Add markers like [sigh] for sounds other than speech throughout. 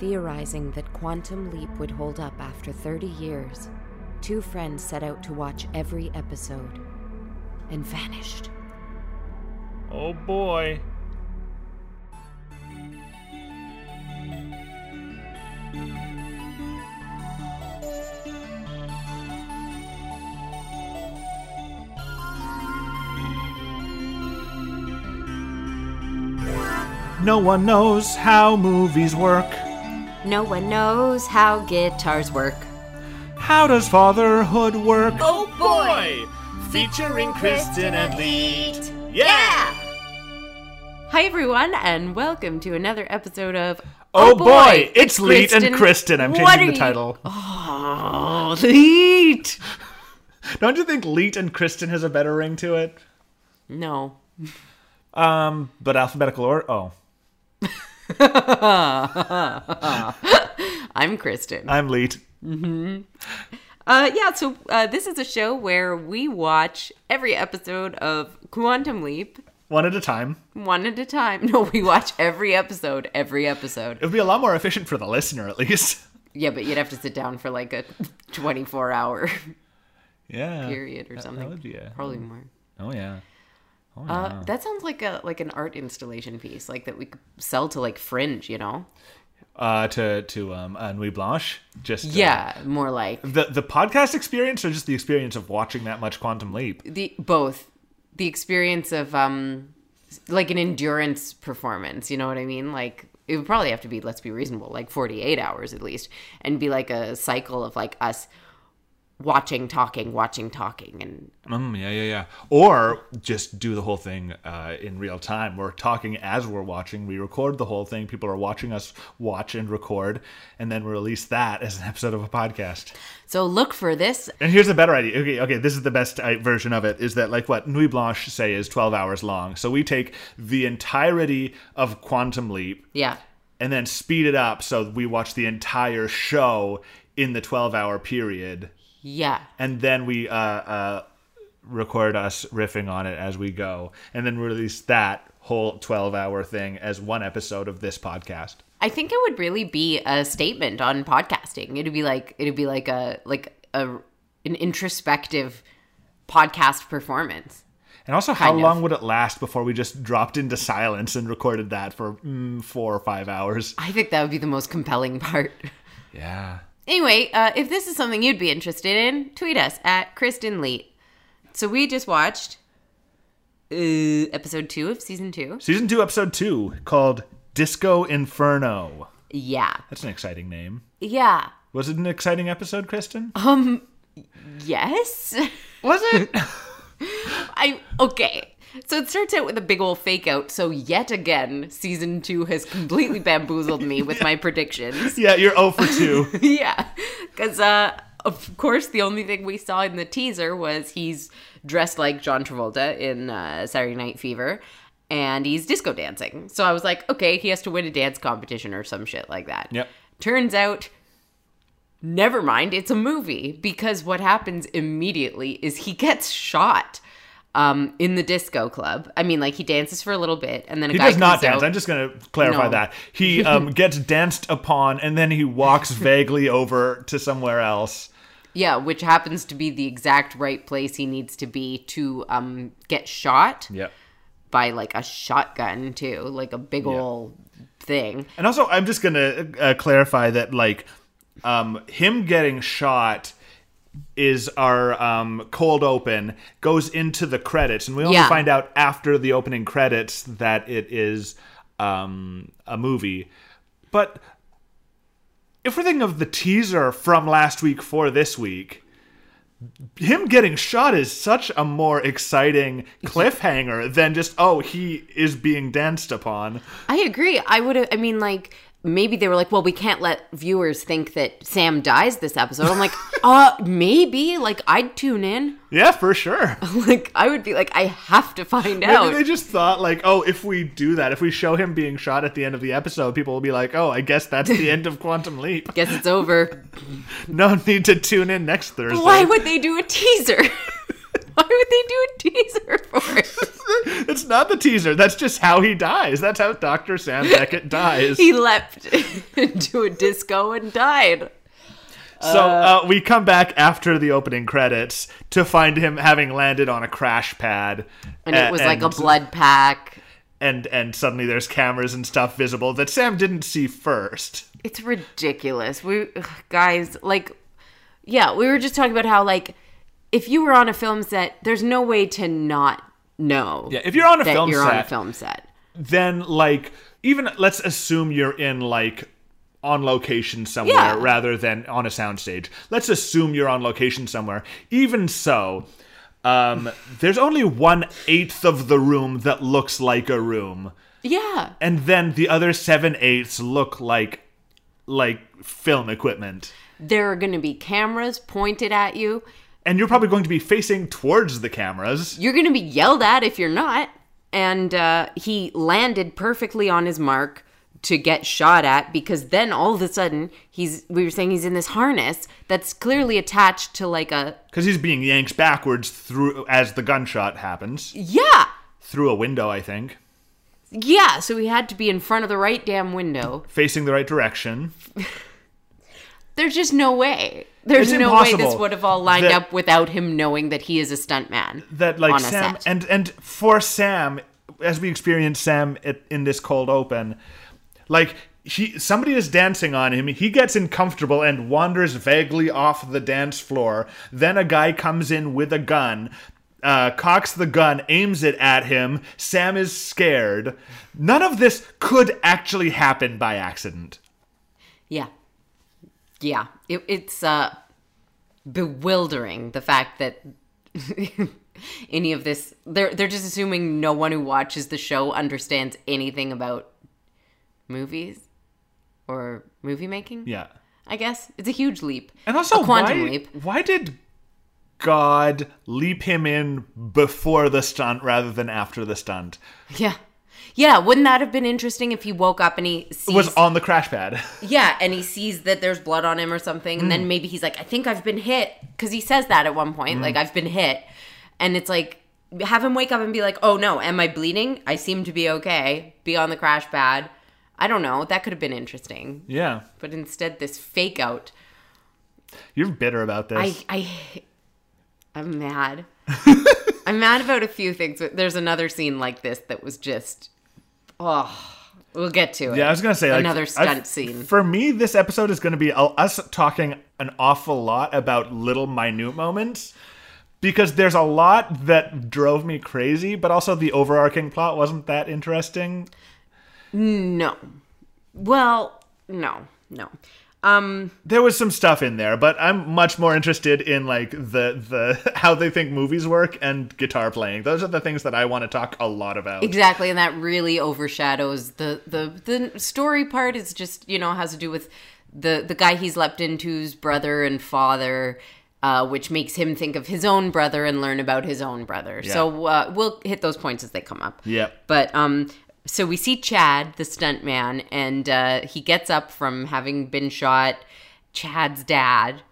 Theorizing that Quantum Leap would hold up after 30 years, two friends set out to watch every episode and vanished. Oh boy. No one knows how movies work. No one knows how guitars work. How does fatherhood work? Oh boy! Featuring Kristen and Lee. Yeah! Hi, everyone, and welcome to another episode of Oh boy, it's Leet and Kristen. I'm What are changing the you- title. Oh, Leet! Don't you think Leet and Kristen has a better ring to it? No. Um, but alphabetical or oh, I'm Kristen. I'm Leet. Uh, yeah, so uh, this is a show where we watch every episode of Quantum Leap One at a time. one at a time. [laughs] No, we watch every episode, every episode. It would be a lot more efficient for the listener, at least. [laughs] Yeah, but you'd have to sit down for like a [laughs] [laughs] 24 hour [laughs] Yeah. period or That- something. That would be a, Probably more. Oh yeah. Uh, that sounds like a like an art installation piece, like that we could sell to like Fringe, you know? Uh, to to um uh, Nuit Blanche. Just uh, Yeah, more like the the podcast experience or just the experience of watching that much Quantum Leap. the both the experience of um like an endurance performance you know what i mean like it would probably have to be let's be reasonable like 48 hours at least and be like a cycle of like us watching talking watching talking and Mm, yeah, yeah, yeah. Or just do the whole thing uh, in real time. We're talking as we're watching. We record the whole thing. People are watching us watch and record, and then release that as an episode of a podcast. so look for this And here's a better idea. Okay, okay, this is the best uh, version of it. Is that like what Nuit Blanche say is 12 hours long? So we take the entirety of Quantum Leap yeah and then speed it up so we watch the entire show in the 12 hour period yeah and then we uh, uh, record us riffing on it as we go, and then release that whole 12 hour thing as one episode of this podcast. i think it would really be a statement on podcasting it'd be like it'd be like a like a an introspective podcast performance And also, how Kind of. long would it last before we just dropped into silence and recorded that for mm, four or five hours? i think that would be the most compelling part [laughs] Yeah. Anyway, uh, if this is something you'd be interested in, tweet us at Kristen Leet. So we just watched uh, episode two of season two. Season two, episode two, called Disco Inferno. Yeah, That's an exciting name. yeah, Was it an exciting episode, Kristen? yes. [laughs] [laughs] Was it? I okay. So it starts out with a big old fake out. So yet again, season two has completely bamboozled me with my predictions. [laughs] yeah, you're 0 for 2. [laughs] yeah, because uh, of course the only thing we saw in the teaser was he's dressed like John Travolta in uh, Saturday Night Fever, and he's disco dancing. So I was like, okay, he has to win a dance competition or some shit like that. Yep. Turns out. Never mind, it's a movie because what happens immediately is he gets shot um, in the disco club. I mean, like he dances for a little bit and then a He guy does not comes out- dance. I'm just going to clarify No. that. He [laughs] um, gets danced upon and then he walks vaguely over to somewhere else. Yeah, which happens to be the exact right place he needs to be to um get shot Yeah. by like a shotgun too, like a big ol' thing. And also, I'm just going to uh, clarify that, like, um, him getting shot is our um, cold open, goes into the credits. And we only Yeah. find out after the opening credits that it is um, a movie. But if we're thinking of the teaser from last week for this week, him getting shot is such a more exciting cliffhanger than just oh he is being danced upon. I agree. I would have I mean like maybe they were like, "Well, we can't let viewers think that Sam dies this episode." I'm like, [laughs] "Uh, maybe like I'd tune in." [laughs] Yeah, for sure. Like I would be like, "I have to find out." Maybe they just thought like, oh, if we do that, if we show him being shot at the end of the episode, people will be like, oh, I guess that's [laughs] the end of Quantum Leap. Guess it's over. [laughs] No need to tune in next Thursday. Why would they do a teaser? [laughs] Why would they do a teaser for it? [laughs] it's not the teaser. That's just how he dies. That's how Dr. Sam Beckett dies. [laughs] he leapt [laughs] into a disco and died. So uh, we come back after the opening credits to find him having landed on a crash pad, And it was a- like a blood pack. and and suddenly there's cameras and stuff visible that Sam didn't see first. It's ridiculous. We ugh, guys, like yeah, we were just talking about how like if you were on a film set, there's no way to not know Yeah, if you're on a that film you're on a set, film set. then like even let's assume you're in like on location somewhere Yeah. rather than on a soundstage. Let's assume you're on location somewhere. Even so, um, there's only one eighth of the room that looks like a room. Yeah. and then the other seven eighths look like like film equipment There are going to be cameras pointed at you. and you're probably going to be facing towards the cameras You're going to be yelled at if you're not. And uh, he landed perfectly on his mark to get shot at because then all of a sudden he's we were saying he's in this harness that's clearly attached to like a because he's being yanked backwards through as the gunshot happens yeah through a window i think Yeah, so he had to be in front of the right damn window. facing the right direction There's just no way. There's It's no way this impossible would have all lined that- up without him knowing that he is a stuntman. that like on a sam set. and and for sam as we experience sam at, in this cold open like he somebody is dancing on him he gets uncomfortable and wanders vaguely off the dance floor then a guy comes in with a gun uh, cocks the gun aims it at him sam is scared none of this could actually happen by accident yeah, yeah, it, it's uh, bewildering the fact that [laughs] any of this. They're they're just assuming no one who watches the show understands anything about movies or movie making. yeah I guess it's a huge leap and also a quantum why, leap. [laughs] why did god leap him in before the stunt rather than after the stunt Yeah. Yeah, wouldn't that have been interesting if he woke up and he sees was on the crash pad. [laughs] Yeah, and he sees that there's blood on him or something and Mm. then maybe he's like I think I've been hit cuz he says that at one point like I've been hit. And it's like have him wake up and be like, "Oh no, am I bleeding? I seem to be okay. Be on the crash pad." I don't know. That could have been interesting. yeah. But instead this fake out. You're bitter about this. I I I'm [laughs] mad. I'm mad about a few things, but there's another scene like this that was just oh we'll get to it. yeah, I was gonna say like, another stunt I- scene. For me, this episode is gonna be uh, us talking an awful lot about little minute moments because there's a lot that drove me crazy, but also the overarching plot wasn't that interesting. No. Well, no, no. Um There was some stuff in there, but I'm much more interested in like the [laughs] the how they think movies work and guitar playing. Those are the things that I want to talk a lot about. exactly, and that really overshadows the the the story part is just, you know, has to do with the the guy he's leapt into's brother and father. Uh, which makes him think of his own brother and learn about his own brother. So uh, we'll hit those points as they come up. Yep. But um, so we see Chad, the stuntman, and uh, he gets up from having been shot. Chad's dad,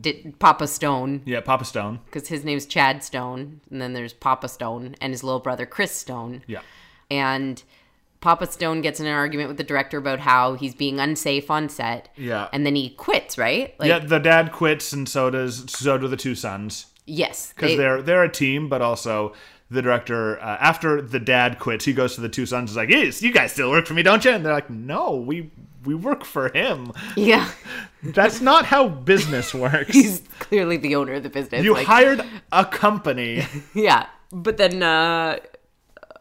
did Papa Stone, Yeah, Papa Stone. because his name's Chad Stone, and then there's Papa Stone and his little brother Chris Stone. Yeah. And Papa Stone gets in an argument with the director about how he's being unsafe on set. Yeah. And then he quits, right? Like, yeah, the dad quits, and so does so do the two sons yes. because they- they're they're a team, but also the director uh, after the dad quits, he goes to the two sons. Is like, yes, you guys still work for me, don't you? And they're like, no, we we work for him. [laughs] yeah. That's not how [laughs] business works. He's clearly the owner of the business. you like- hired a company. Yeah, but then uh,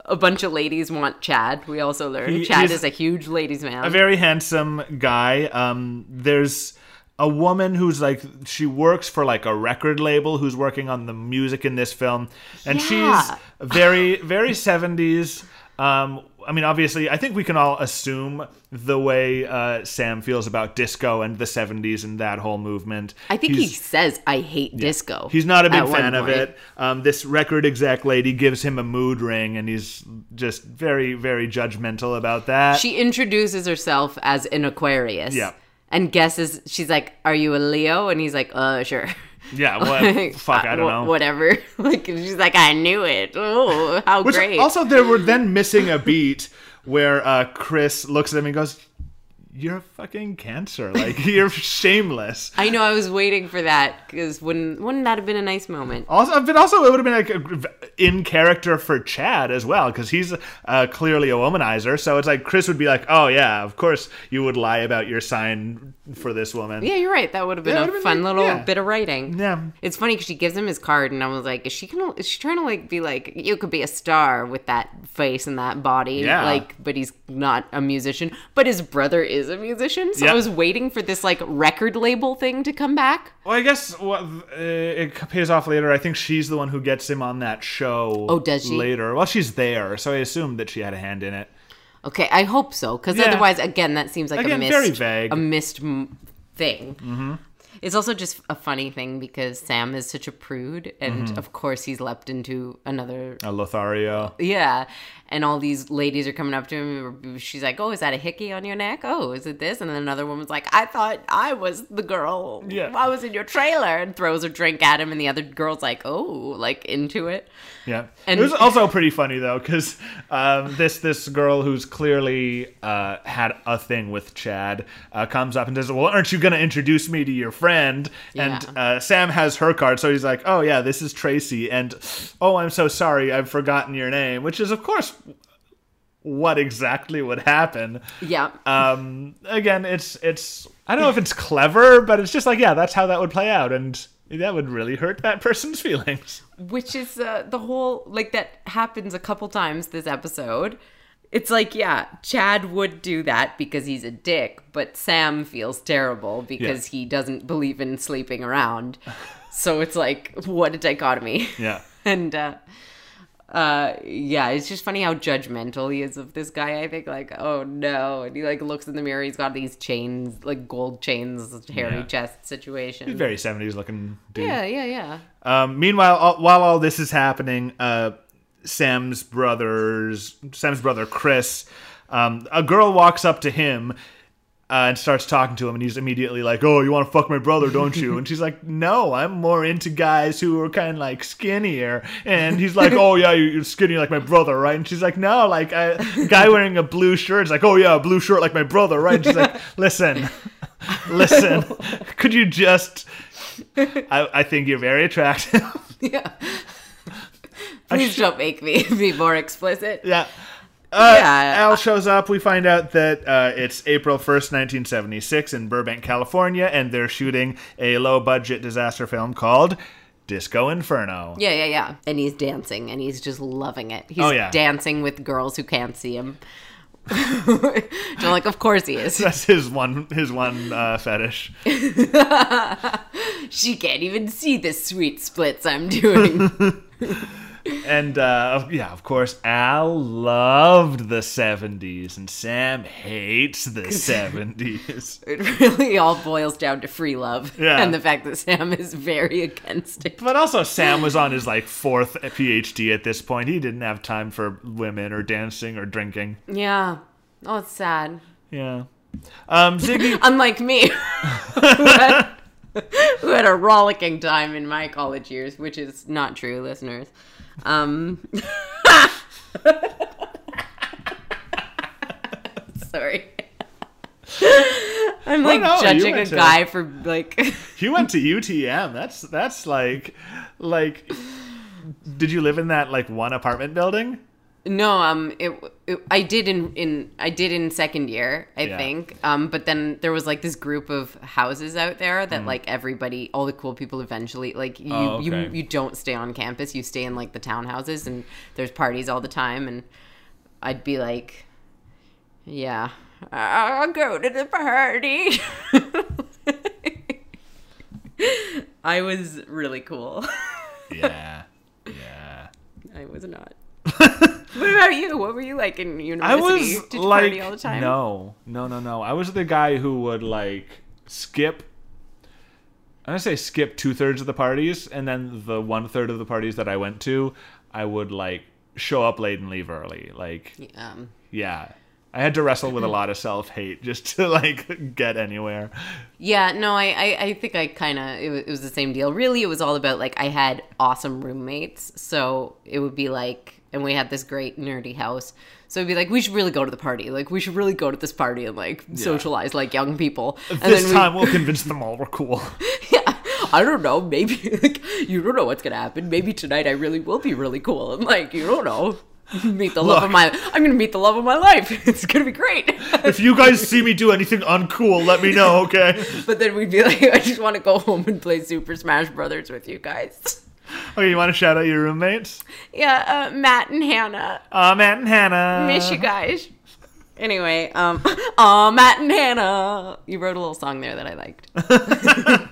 a bunch of ladies want Chad. We also learned He- Chad he's- is a huge ladies' man. a very handsome guy. Um, there's a woman who's like she works for like a record label who's working on the music in this film, and Yeah. she's very very seventies. Um, I mean, obviously, I think we can all assume the way uh, Sam feels about disco and the '70s and that whole movement. I think he He's- says, "I hate disco." He's not a big at one fan of point. it. Um, this record exec lady gives him a mood ring, and he's just very, very judgmental about that. She introduces herself as an Aquarius. Yeah. And guesses she's [laughs] like, "Are you a Leo?" And he's like, "Uh, sure." Yeah, well, fuck, I don't Wh- know. Whatever. [laughs] like and she's like, I knew it. Oh, how Which great. also they were then missing a beat where uh, Chris looks at him and goes, "You're a fucking cancer. Like [laughs] you're shameless." I know. I was waiting for that because wouldn't wouldn't that have been a nice moment? Also, but also it would have been like a- in character for Chad as well because he's uh, clearly a womanizer. So it's like Chris would be like, "Oh yeah, of course you would lie about your sign for this woman." Yeah, you're right. That would have been Yeah, it a would've been fun like- little yeah. bit of writing. Yeah. It's funny because she gives him his card, and I was like, "Is she gonna? Is she trying to like be like you could be a star with that face and that body? Yeah. Like, but he's not a musician. But his brother is a musician, so Yeah. I was waiting for this like record label thing to come back. Well, I guess what uh, it pays off later. I think she's the one who gets him on that show. Oh, does she? later? Well, she's there, so I assume that she had a hand in it. Okay, I hope so because Yeah. otherwise, again, that seems like a Again, missed, very vague. a missed m- thing. Mm-hmm. It's also just a funny thing because Sam is such a prude, and Mm-hmm. of course, he's leapt into another Uh, Lothario. Yeah. And all these ladies are coming up to him. She's like, Oh, is that a hickey on your neck? Oh, is it this? And then another woman's like, I thought I was the girl. Yeah. I was in your trailer and throws a drink at him. And the other girl's like, Oh, like into it. Yeah, And- it was also pretty funny though because um, this this girl who's clearly uh, had a thing with Chad uh, comes up and says, "Well, aren't you going to introduce me to your friend?" And Yeah. uh, Sam has her card, so he's like, "Oh yeah, this is Tracy," and "Oh, I'm so sorry, I've forgotten your name," which is of course what exactly would happen. Yeah. Um, again, it's it's I don't know if it's clever, but it's just like yeah, that's how that would play out, and that would really hurt that person's [laughs] feelings. Which is uh, the whole, like, that happens a couple times this episode. It's like, yeah, Chad would do that because he's a dick, but Sam feels terrible because he doesn't believe in sleeping around. so it's like, what a dichotomy. [laughs] Yeah. and uh uh yeah it's just funny how judgmental he is of this guy i think like oh no and he like looks in the mirror he's got these chains like gold chains hairy Yeah. chest situation Very 70s looking dude. yeah yeah [laughs] yeah Um, meanwhile, all, while all this is happening, uh, Sam's brothers, Sam's brother Chris, um, a girl walks up to him uh, and starts talking to him, and he's immediately like, "Oh, you want to fuck my brother, don't you?" And she's like, "No, I'm more into guys who are kind of like skinnier." And he's like, "Oh yeah, you- you're skinny like my brother, right?" And she's like, "No, like a guy wearing a blue shirt is like, oh yeah, a blue shirt like my brother, right?" And she's like, "Listen." Listen, could you just? I, I think you're very attractive. [laughs] yeah please don't make me [laughs] be more explicit yeah. Uh, Yeah. Al shows up. We find out that uh, it's April 1st, 1976, in Burbank, California, and they're shooting a low budget disaster film called Disco Inferno. yeah yeah yeah and he's dancing and he's just loving it he's Oh, yeah. dancing with girls who can't see him [laughs] so like of course he is That's his one his one uh, [laughs] fetish. she can't even see the sweet splits i'm doing And uh, yeah, of course, Al loved the 70s, and Sam hates the [laughs] 70s. It [laughs] really all boils down to free love [laughs] Yeah. and the fact that Sam is very against it. But also, Sam was on his like fourth PhD at this point. He didn't have time for women or dancing or drinking. Yeah. Oh, it's sad. Yeah. Um, Ziggy Unlike me, [laughs] who, had, who had a rollicking time in my college years, which is not true, listeners. Um, [laughs] sorry. [laughs] I'm like no, you judging a went to- guy for like. You went to UTM. That's that's like like did you live in that like one apartment building? No, um, it, it I did in in I did in second year, I Yeah. think. Um, but then there was like this group of houses out there that like everybody, all the cool people, eventually like you Hmm. Oh, you okay. you don't stay on campus, you stay in like the townhouses, and there's parties all the time, and I'd be like, yeah, I'll go to the party. [laughs] I was really cool. [laughs] Yeah. Yeah. I was not. what about you? What were you like in university? [laughs] I was Did you like party all the time? no. No, no, no. I was the guy who would like skip I'm gonna say skip two thirds of the parties, and then the one third of the parties that I went to, I would like show up late and leave early. Like Um, yeah. I I had to wrestle with a lot of self hate just to like [laughs] get anywhere. Yeah, no, I, I, I think I kind of it, wa- it was the same deal. Really, it was all about like I had awesome roommates, so it would be like, and we had this great nerdy house, so it'd be like we should really go to the party, like we should really go to this party and like socialize like young people. And this we, time we'll convince them all we're cool. [laughs] [laughs] yeah, I don't know, maybe like you don't know what's gonna happen. Maybe tonight I really will be really cool, and like you don't know. Meet the love of Look. my. I'm gonna meet the love of my life. [laughs] It's gonna be great. [laughs] if you guys see me do anything uncool, let me know, okay? [laughs] But then we'd be [laughs] like, I just want to go home and play Super Smash Brothers with you guys. [laughs] Okay, you want to shout out your roommates? Yeah, uh, Matt and Hannah, Uh, Matt and Hannah. miss you guys. Anyway, um, [laughs] aw, Matt and Hannah. You wrote a little song there that I [laughs] liked.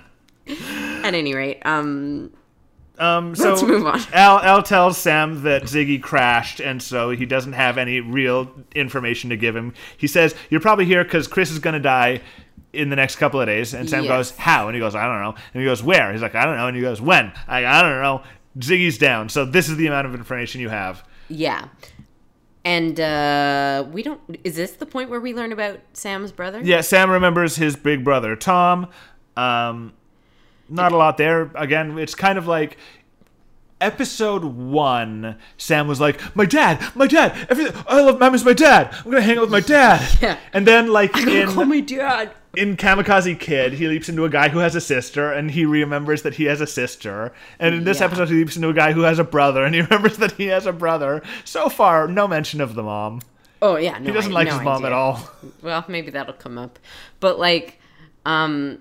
At any rate, um, Um, so Let's move on. Al, Al tells Sam that Ziggy crashed, and so he doesn't have any real information to give him. He says, "You're probably here because Chris is going to die in the next couple of days." And Sam Yes. goes, "How?" And he goes, "I don't know." And he goes, "Where?" He's like, "I don't know." And he goes, "When?" I, I don't know. Ziggy's down. So this is the amount of information you have. yeah. And uh, we don't. Is this the point where we learn about Sam's brother? Yeah, Sam remembers his big brother Tom. Um, not a lot there. Again, it's kind of like episode one. Sam was like, "My dad, my dad, everything. I love Mama's my dad. I'm gonna hang out with my dad." [laughs] Yeah. And then like Call in me dad. in Kamikaze Kid, he leaps into a guy who has a sister, and he remembers that he has a sister. And in this Yeah. episode, he leaps into a guy who has a brother, and he [laughs] remembers that he has a brother. So far, no mention of the mom. Oh yeah, no, He doesn't I- like no his mom idea. at all. well maybe that'll come up but like um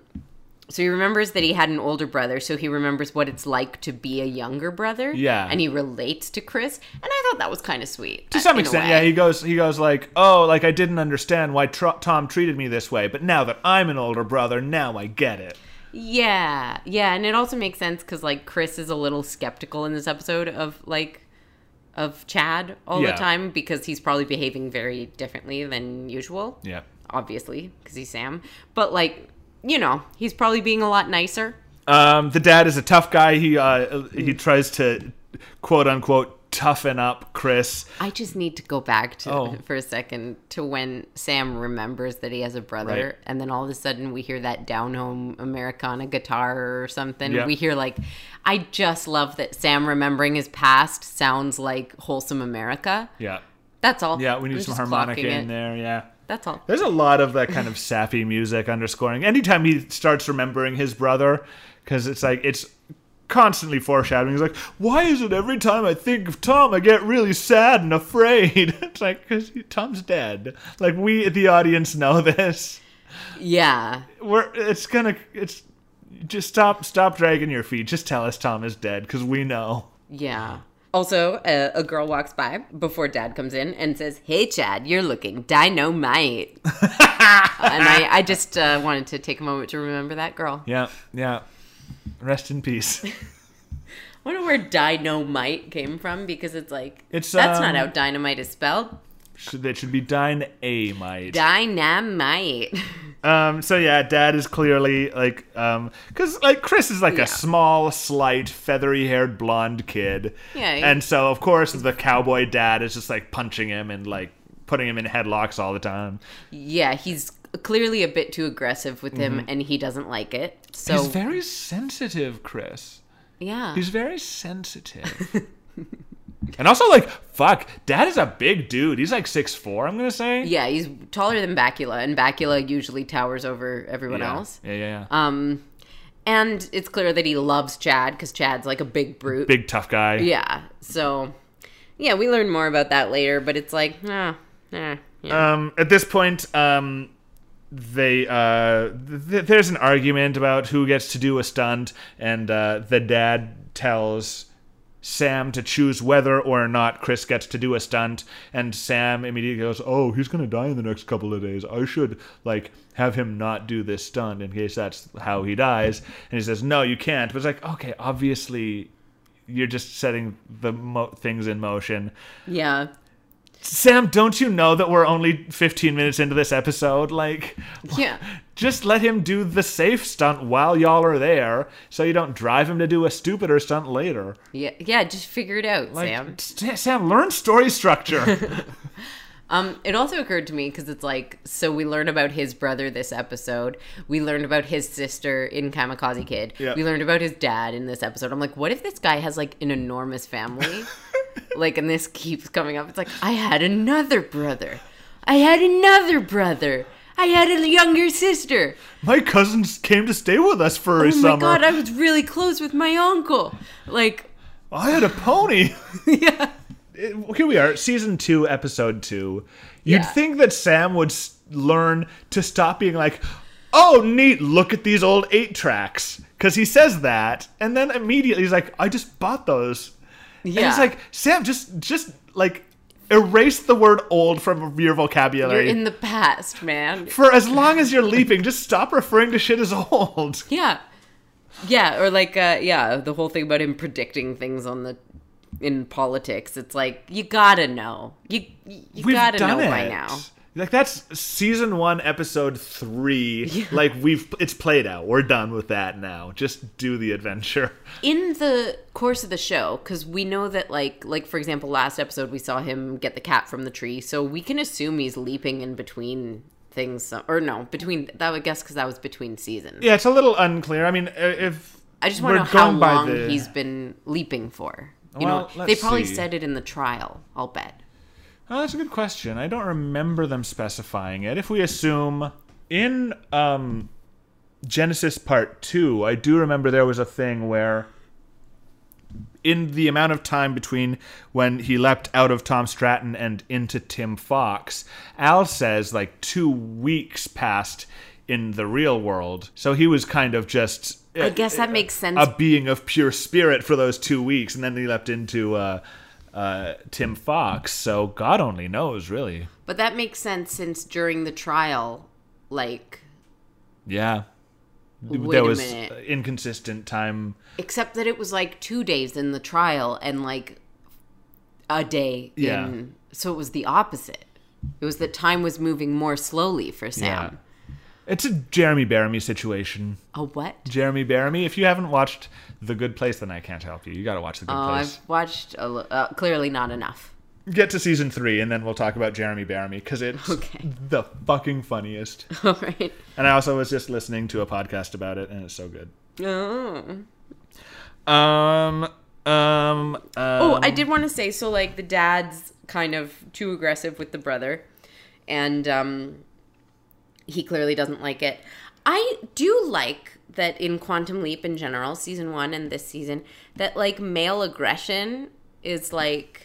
so he remembers that he had an older brother so he remembers what it's like to be a younger brother Yeah. and he relates to chris and i thought that was kind of sweet to some extent yeah he goes he goes like oh like i didn't understand why tr- tom treated me this way but now that i'm an older brother now i get it yeah yeah and it also makes sense because like chris is a little skeptical in this episode of like of chad all Yeah. the time because he's probably behaving very differently than usual yeah obviously because he's sam but like you know he's probably being a lot nicer um the dad is a tough guy he uh Mm. he tries to quote unquote toughen up chris I just need to go back to Oh. [laughs] for a second to when Sam remembers that he has a brother, Right. and then all of a sudden we hear that down home Americana guitar or something. Yeah. We hear like, I just love that Sam remembering his past sounds like wholesome America. yeah That's all. yeah we I'm need some just harmonica clocking in it. there yeah That's all. there's a lot of that [laughs] kind of sappy music underscoring anytime he starts remembering his brother because it's like it's constantly foreshadowing he's like why is it every time i think of tom i get really sad and afraid [laughs] it's like because tom's dead like we the audience know this Yeah, we're it's gonna it's just stop stop dragging your feet just tell us tom is dead because we know yeah. Also, uh, a girl walks by before Dad comes in and says, "Hey, Chad, you're looking [laughs] dynamite." and I, I just uh, wanted to take a moment to remember that girl. yeah yeah rest in peace I wonder where dynamite came from because it's like It's, that's not um, how dynamite is spelled. [laughs] should it should be dine a might Dynamite. Um, so yeah, Dad is clearly like, um 'cause because like Chris is like Yeah. a small, slight, feathery-haired blonde kid. Yeah, he- And so of course the cowboy dad is just like punching him and like putting him in headlocks all the time. yeah, he's clearly a bit too aggressive with him, and he doesn't like it. So Mm-hmm. He's very sensitive, Chris. yeah, He's very [laughs] sensitive. and also like, fuck, Dad is a big dude. He's like six four. I'm gonna say. yeah, he's taller than Bacula, and Bacula usually towers over everyone else. Yeah, yeah, yeah. Um, and it's clear that he loves Chad because Chad's like a big brute. big tough guy. Yeah. So yeah, we learn more about that later, but it's like, ah, eh, [laughs] yeah. um, at this point, um, they uh, th- there's an argument about who gets to do a stunt, and uh, the dad tells Sam to choose whether or not Chris gets to do a stunt, and Sam immediately goes, "Oh, he's gonna die in the next couple of days. I should like have him not do this stunt in case that's how he dies." And he says, "No, you can't." But it's like, okay, obviously. You're just setting the mo- things in motion. yeah. Sam, don't you know that we're only 15 minutes into this episode? Like, Yeah. just let him do the safe stunt while y'all are there so you don't drive him to do a stupider stunt later. Yeah, yeah, just figure it out, Like, Sam. [laughs] S- Sam, learn story structure. Um, it also occurred to me because it's like, so we learn about his brother this episode. We learned about his sister in Kamikaze Kid. Yeah. We learned about his dad in this episode. I'm like, what if this guy has like an [laughs] enormous family? like, and this keeps coming up. It's like, I had another brother. I had another brother. I had a younger sister. My cousins came to stay with us for a Oh summer. my god, I was really close with my uncle. Like, [laughs] I had a pony. yeah. It- Here we are, season two, episode two. You'd Yeah. think that Sam would s- learn to stop being like, "Oh, neat! Look at these old eight tracks," because he says that, and then immediately he's like, "I just bought those." Yeah. And Yeah. it's like, Sam, just just like erase the word "old" from your You're vocabulary. in the past, man. for as long as you're leaping, just stop referring to shit as old. Yeah. Yeah, or like uh yeah, the whole thing about him predicting things on the in politics. It's like you got to know. You you got to know by now. Like that's season one, episode three. [laughs] Like we've it's played out. We're done with that now. Just do the adventure. In the course of the show cuz we know that like like for example last episode we saw him get the cat from the tree. So we can assume he's leaping in between things some- or no, between that would guess cuz that was between seasons. [laughs] Yeah, it's a little unclear. I mean, i- if I just want to we're know how going by long the- he's been leaping for. You Well, know, let's they probably see. said it in the trial, I'll bet. Oh, that's a good question. I don't remember them specifying it. If we assume in um, Genesis Part 2, I do remember there was a thing where, in the amount of time between when he leapt out of Tom Stratton and into Tim Fox, Al says like two weeks passed in the real world. So he was kind of just. eh, I guess that makes sense A being of pure spirit for those two weeks, and then he leapt into uh, uh, Tim Fox. So God only knows, really. But that makes sense since during the trial, like, Yeah, wait there a was minute. inconsistent time. Except that it was like two days in the trial and like a day Yeah. in. So it was the opposite. It was that time was moving more slowly for Sam. It's a Jeremy Baramy situation. A what? Jeremy Baramy. If you haven't watched The Good Place, then I can't help you. You got to watch The Good Oh, Place. I've watched a, li- uh, clearly not enough. [laughs] Get to season three, and then we'll talk about Jeremy Baramy because it's Okay. the fucking [laughs] funniest. All right. and I also was just listening to a podcast about it, and it's so good. Oh. Um. Um. Uh, Oh, I did want to say so like the dad's kind of too aggressive with the brother and um he clearly doesn't like it. I do like that in Quantum Leap in general, season 1 and this season that like male aggression is like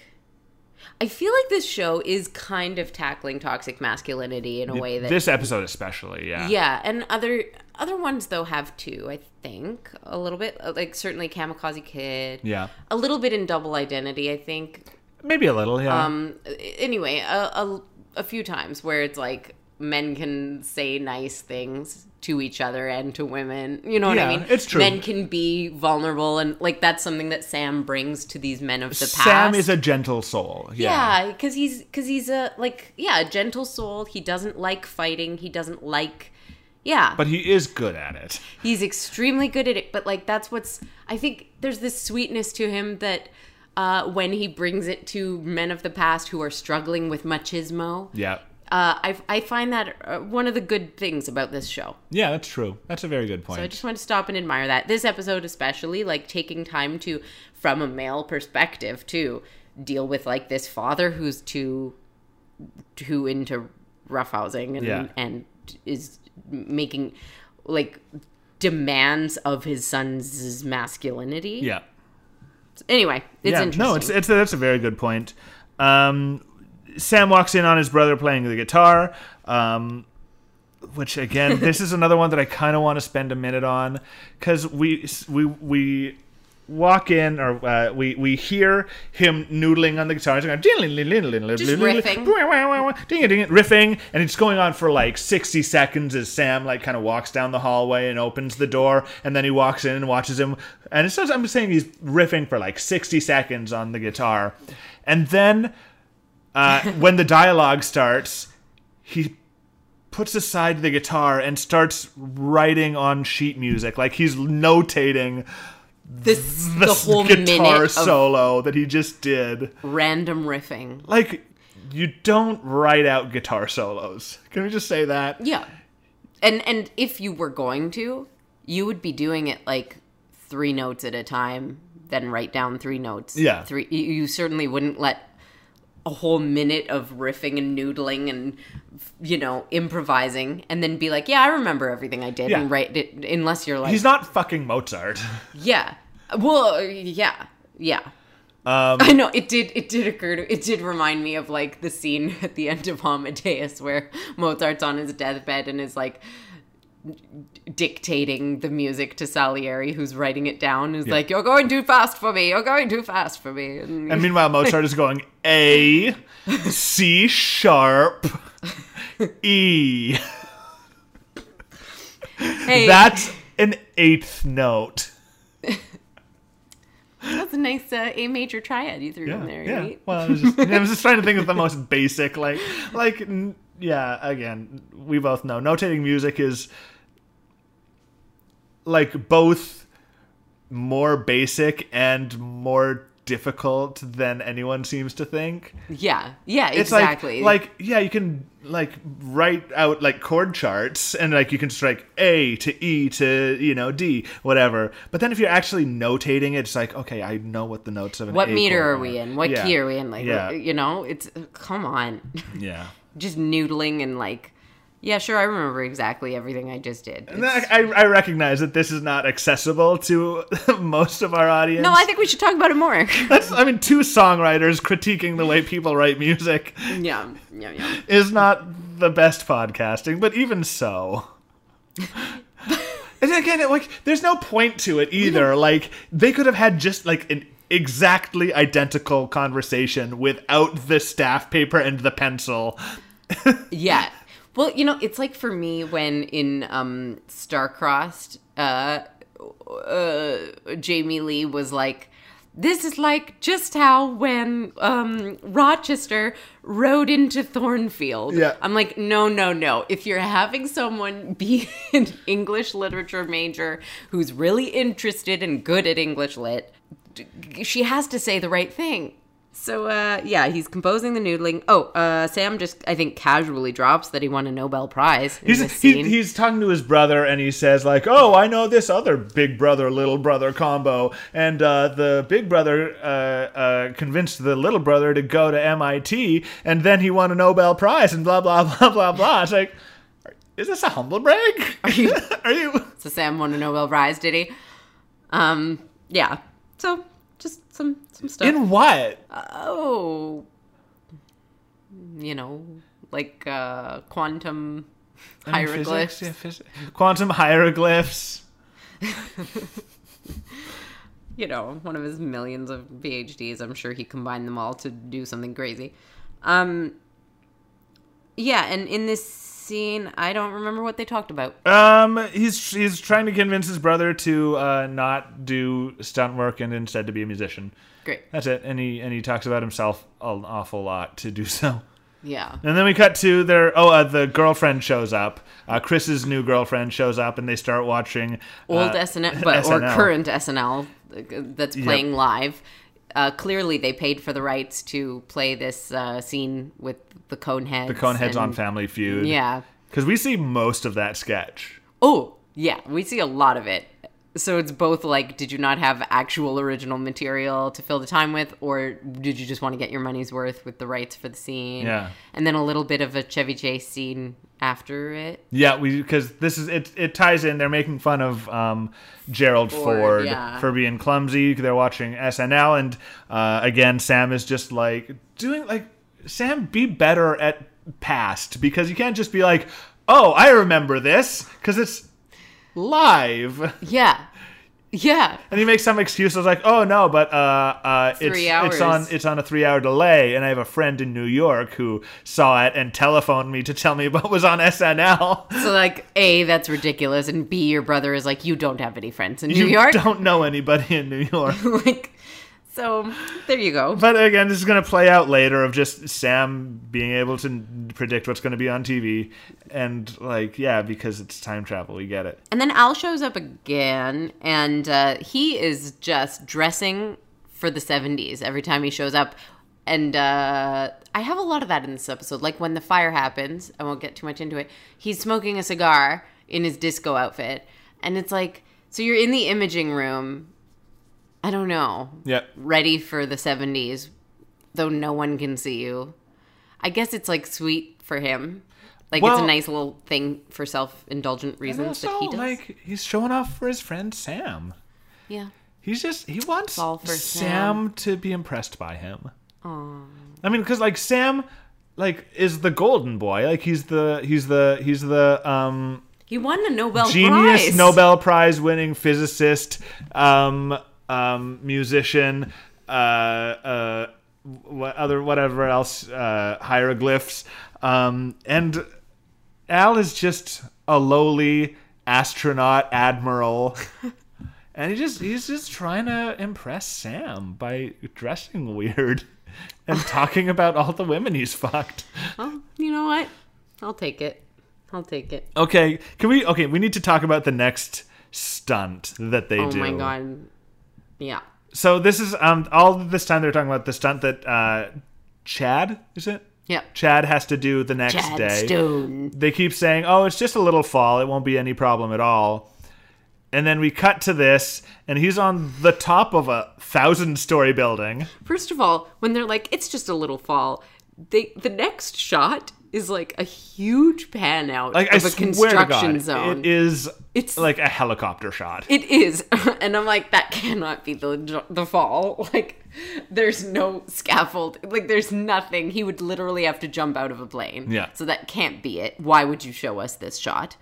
I feel like this show is kind of tackling toxic masculinity in a way that this episode especially. Yeah. yeah, and other other ones though have too, I think, a little bit. uh, Like certainly Kamikaze Kid Yeah. a little bit in double identity i think Maybe a little. Yeah. um anyway a, a, a few times where it's like men can say nice things to each other and to women you know what i Yeah, mean it's true. men can be vulnerable and like that's something that sam brings to these men of the past Sam is a gentle soul. yeah because he's because he's a like yeah a gentle soul he doesn't like fighting he doesn't like yeah But he is good at it. he's extremely good at it but like that's what's i think there's this sweetness to him that uh, when he brings it to men of the past who are struggling with machismo Yeah. uh, I, I find that uh, one of the good things about this show Yeah, that's true. That's a very good so i point. just want to stop and admire that this episode especially like taking time to from a male perspective to deal with like this father who's too too into roughhousing and Yeah. and is making like demands of his son's masculinity yeah. anyway it's yeah. interesting No, it's it's that's a very good point. Um, Sam walks in on his brother playing the guitar. Um, which again, this is another one that I kind of want to spend a minute on because we we we walk in or uh, we we hear him noodling on the guitar. He's going just riffing. ding it, ding it, riffing, and it's going on for like sixty seconds as Sam like kind of walks down the hallway and opens the door, and then he walks in and watches him. And it says I'm just saying he's riffing for like sixty seconds on the guitar, and then uh, [laughs] when the dialogue starts, he puts aside the guitar and starts writing on sheet music like he's notating this [laughs] the the whole guitar minute of solo that he just did random riffing like you don't write out guitar solos. Can we just say that? Yeah. And and if you were going to, you would be doing it like three notes at a time, then write down three notes. Yeah. Three you, you certainly wouldn't let a whole minute of riffing and noodling and you know, improvising and then be like, "Yeah, I remember everything I did." Yeah. And write it unless you're like, He's not fucking Mozart. "Yeah." Well, uh, yeah. Yeah. Um, I know it did. It did occur to. It did remind me of like the scene [laughs] at the end of Amadeus where Mozart's on his deathbed and is like dictating the music to Salieri, who's writing it down. Who's like, "You're going too fast for me. You're going too fast for me." And, And meanwhile, Mozart is going A, C sharp, E. hey, That's an eighth note. that's a nice uh, A major triad you threw in there, right? Well, I was, just, I was just trying to think of the [laughs] most basic, like, like, n- yeah. Again, we both know notating music is like both more basic and more difficult than anyone seems to think. Yeah, yeah, It's exactly. like, like, yeah, you can like write out like chord charts and like you can strike A to E to you know D whatever. But then if you're actually notating it, it's like, okay, I know what the notes of an what A meter chord are we in? What Yeah. key are we in? Like, Yeah. you know, it's uh, come on. Yeah. just noodling and like yeah sure i remember exactly everything i just did And I, I- I recognize that this is not accessible to [laughs] most of our audience. no i think we should talk about it more [laughs] That's, I mean, two songwriters critiquing the way people write music yeah yeah yeah is not the best podcasting, but even so. and again, it, like, there's no point to it either. Like, they could have had just, like, an exactly identical conversation without the staff paper and the pencil. yeah well you know it's like for me when in um starcrossed uh uh jamie lee was like this is like just how when um rochester rode into thornfield Yeah. i'm like no no no if you're having someone be [laughs] an english literature major who's really interested and good at english lit she has to say the right thing. So uh, yeah, he's composing the noodling. Oh, uh, Sam just I think casually drops that he won a Nobel Prize in this He's, he, scene. he's talking to his brother and he says like, "Oh, I know this other big brother little brother combo." And uh, the big brother uh, uh, convinced the little brother to go to MIT, and then he won a Nobel Prize and blah [laughs] blah blah blah blah. It's like, is this a humble brag? Are you? [laughs] Are you? so Sam won a Nobel Prize, did he? Um, yeah. So just some some stuff. In what? oh, you know, like uh, quantum In physics? hieroglyphs. Yeah, phys- Quantum hieroglyphs. you know, one of his millions of PhDs. I'm sure he combined them all to do something crazy. Um, yeah, and in this scene, I don't remember what they talked about. Um, he's he's trying to convince his brother to uh, not do stunt work and instead to be a musician. Great. That's it. And he and he talks about himself an awful lot to do so. Yeah. And then we cut to their oh uh, the girlfriend shows up. Uh, Chris's new girlfriend shows up, and they start watching Old uh, SNL, but, or SNL. current SNL uh, that's playing live. Uh, clearly, they paid for the rights to play this uh, scene with the Coneheads. the Coneheads on and- Family Feud. Yeah. because we see most of that sketch. Oh, yeah, we see a lot of it. So it's both like, did you not have actual original material to fill the time with, or did you just want to get your money's worth with the rights for the scene? Yeah. And then a little bit of a Chevy Chase scene after it. Yeah, we because this is it. It ties in. They're making fun of um, Gerald Ford, Ford, yeah. for being clumsy. They're watching SNL, and uh, again, Sam is just like doing like Sam. Be better at past because you can't just be like, oh, I remember this because it's live. Yeah. Yeah. And he makes some excuse. I was like, oh no, but uh, uh, it's Three it's hours. on it's on a three hour delay, and I have a friend in New York who saw it and telephoned me to tell me [laughs] what was on SNL. So, like, A, that's ridiculous. And B, your brother is like, you don't have any friends in New you York. don't know anybody in New [laughs] York. like, so there you go. But again, this is going to play out later of just Sam being able to n- predict what's going to be on TV. And, like, yeah, because it's time travel. We get it. And then Al shows up again, and uh, he is just dressing for the 70s every time he shows up. And uh, I have a lot of that in this episode. Like when the fire happens, I won't get too much into it. He's smoking a cigar in his disco outfit, and it's like, so you're in the imaging room. I don't know, Yep. ready for the '70s, though no one can see you. I guess it's like sweet for him. Like it's Well- a nice little thing for self-indulgent And reasons also, that he does. like he's showing off for his friend Sam. yeah. He's just he wants all for Sam, Sam. to be impressed by him. I mean, because like Sam, like is the golden boy. Like he's the he's the he's the um He won a Nobel genius Prize. Nobel Prize winning physicist, um, um, musician, uh, uh, what other whatever else uh, hieroglyphs, um, and Al is just a lowly astronaut [laughs] admiral. And he just he's just trying to impress Sam by dressing weird [laughs] and talking about all the women he's fucked. Well, you know what? I'll take it. I'll take it. Okay, can we? Okay, we need to talk about the next stunt that they Oh do. my god. Yeah. So this is um all this time they're talking about the stunt that uh Chad is it? Yep. Chad has to do the next Chad day. Stone. They keep saying, "Oh, it's just a little fall. It won't be any problem at all." And then we cut to this, and he's on the top of a thousand-story building. First of all, when they're like, it's just a little fall, they the next shot is like a huge pan out Like I of a swear to construction God, zone. it is It's- like a helicopter shot. It is. [laughs] and I'm like, that cannot be the the fall. [laughs] Like, there's no scaffold. Like, there's nothing. He would literally have to jump out of a plane. Yeah. So that can't be it. Why would you show us this shot?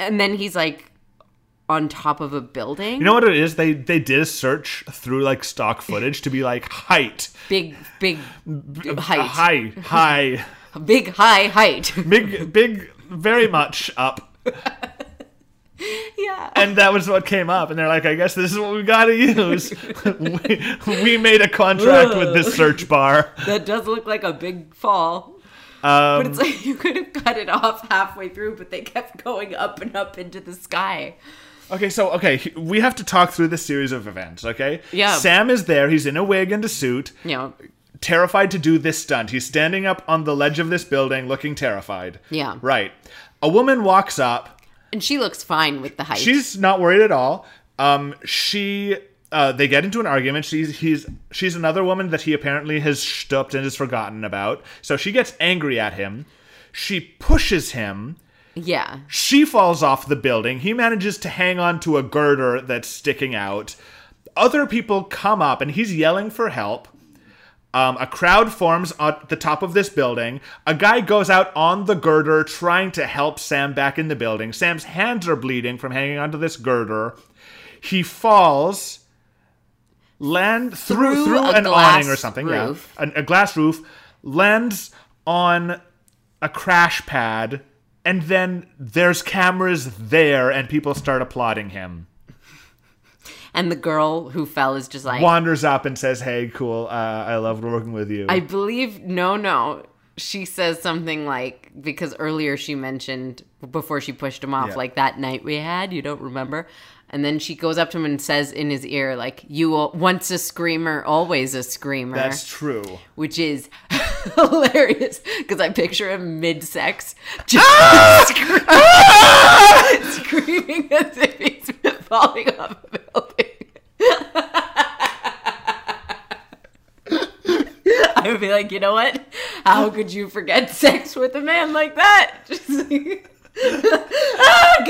And then he's like on top of a building. you know what it is? They they did a search through like stock footage to be like height, big, big height. high, high, Big, high height. [laughs] big, big, very much up. yeah. and that was what came up and they're like i guess this is what we gotta use [laughs] we, we made a contract with this search bar that does look like a big fall. but Um, it's like [laughs] you could have cut it off halfway through, but they kept going up and up into the sky. okay so okay we have to talk through this series of events okay Yeah. sam is there he's in a wig and a suit You know, terrified to do this stunt he's standing up on the ledge of this building looking terrified Yeah. right a woman walks up And she looks fine with the height. she's not worried at all. Um, she uh, they get into an argument. She's he's she's another woman that he apparently has stooped and has forgotten about. So she gets angry at him. She pushes him. yeah. She falls off the building. He manages to hang on to a girder that's sticking out. Other people come up and he's yelling for help. Um, a crowd forms at the top of this building. A guy goes out on the girder trying to help Sam back in the building. Sam's hands are bleeding from hanging onto this girder. He falls, land through Through through, a an glass awning or something, roof. yeah, An- a glass roof, lands on a crash pad, and then there's cameras there, and people start applauding him. And the girl who fell is just like, Wanders up and says, "Hey, cool. Uh, I loved working with you." I believe, no, no. She says something like, because earlier she mentioned, before she pushed him off, Yeah. like that night we had, you don't remember? And then she goes up to him and says in his ear, like, you will, once a screamer, always a screamer. That's true. which is [laughs] hilarious because I picture him mid sex [laughs] just [laughs] screaming, screaming as if he's falling off a building. [laughs] I would be like, you know what? How could you forget sex with a man like that? [laughs] Just like, oh,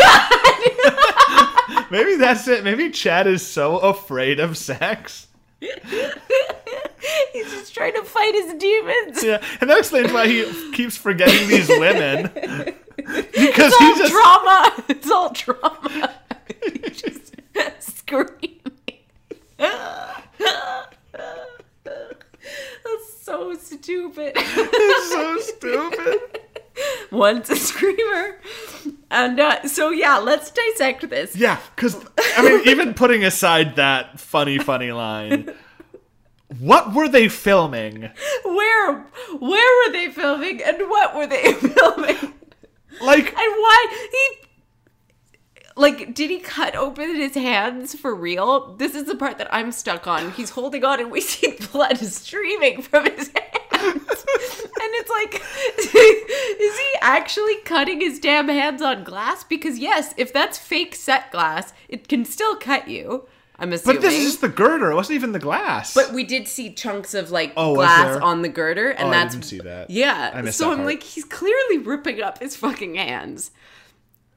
God! Maybe that's it. Maybe Chad is so afraid of sex. he's just trying to fight his demons. Yeah, and that explains why he keeps forgetting these [laughs] women. because he It's all just trauma. [laughs] It's all [laughs] trauma. He's just [laughs] screaming. [laughs] That's so [laughs] stupid. [laughs] is so stupid. Once a screamer. And uh, so, yeah, let's dissect this. Yeah, because I mean, even putting aside that funny, funny line, what were they filming? Where, where were they filming and what were they [laughs] filming? Like, [laughs] And why he like did he cut open his hands for [laughs] real? This is the part that I'm stuck on. He's holding on and we see blood streaming from his hands. [laughs] And it's like, [laughs] is he actually cutting his damn hands on glass? Because yes, if that's fake set glass, it can still cut you. I'm assuming. But this is just the girder. It wasn't even the glass. But we did see chunks of like Oh, was glass there? on the girder, and oh, I that's didn't see that. yeah. I missed so that I'm part. like, he's clearly ripping up his fucking hands.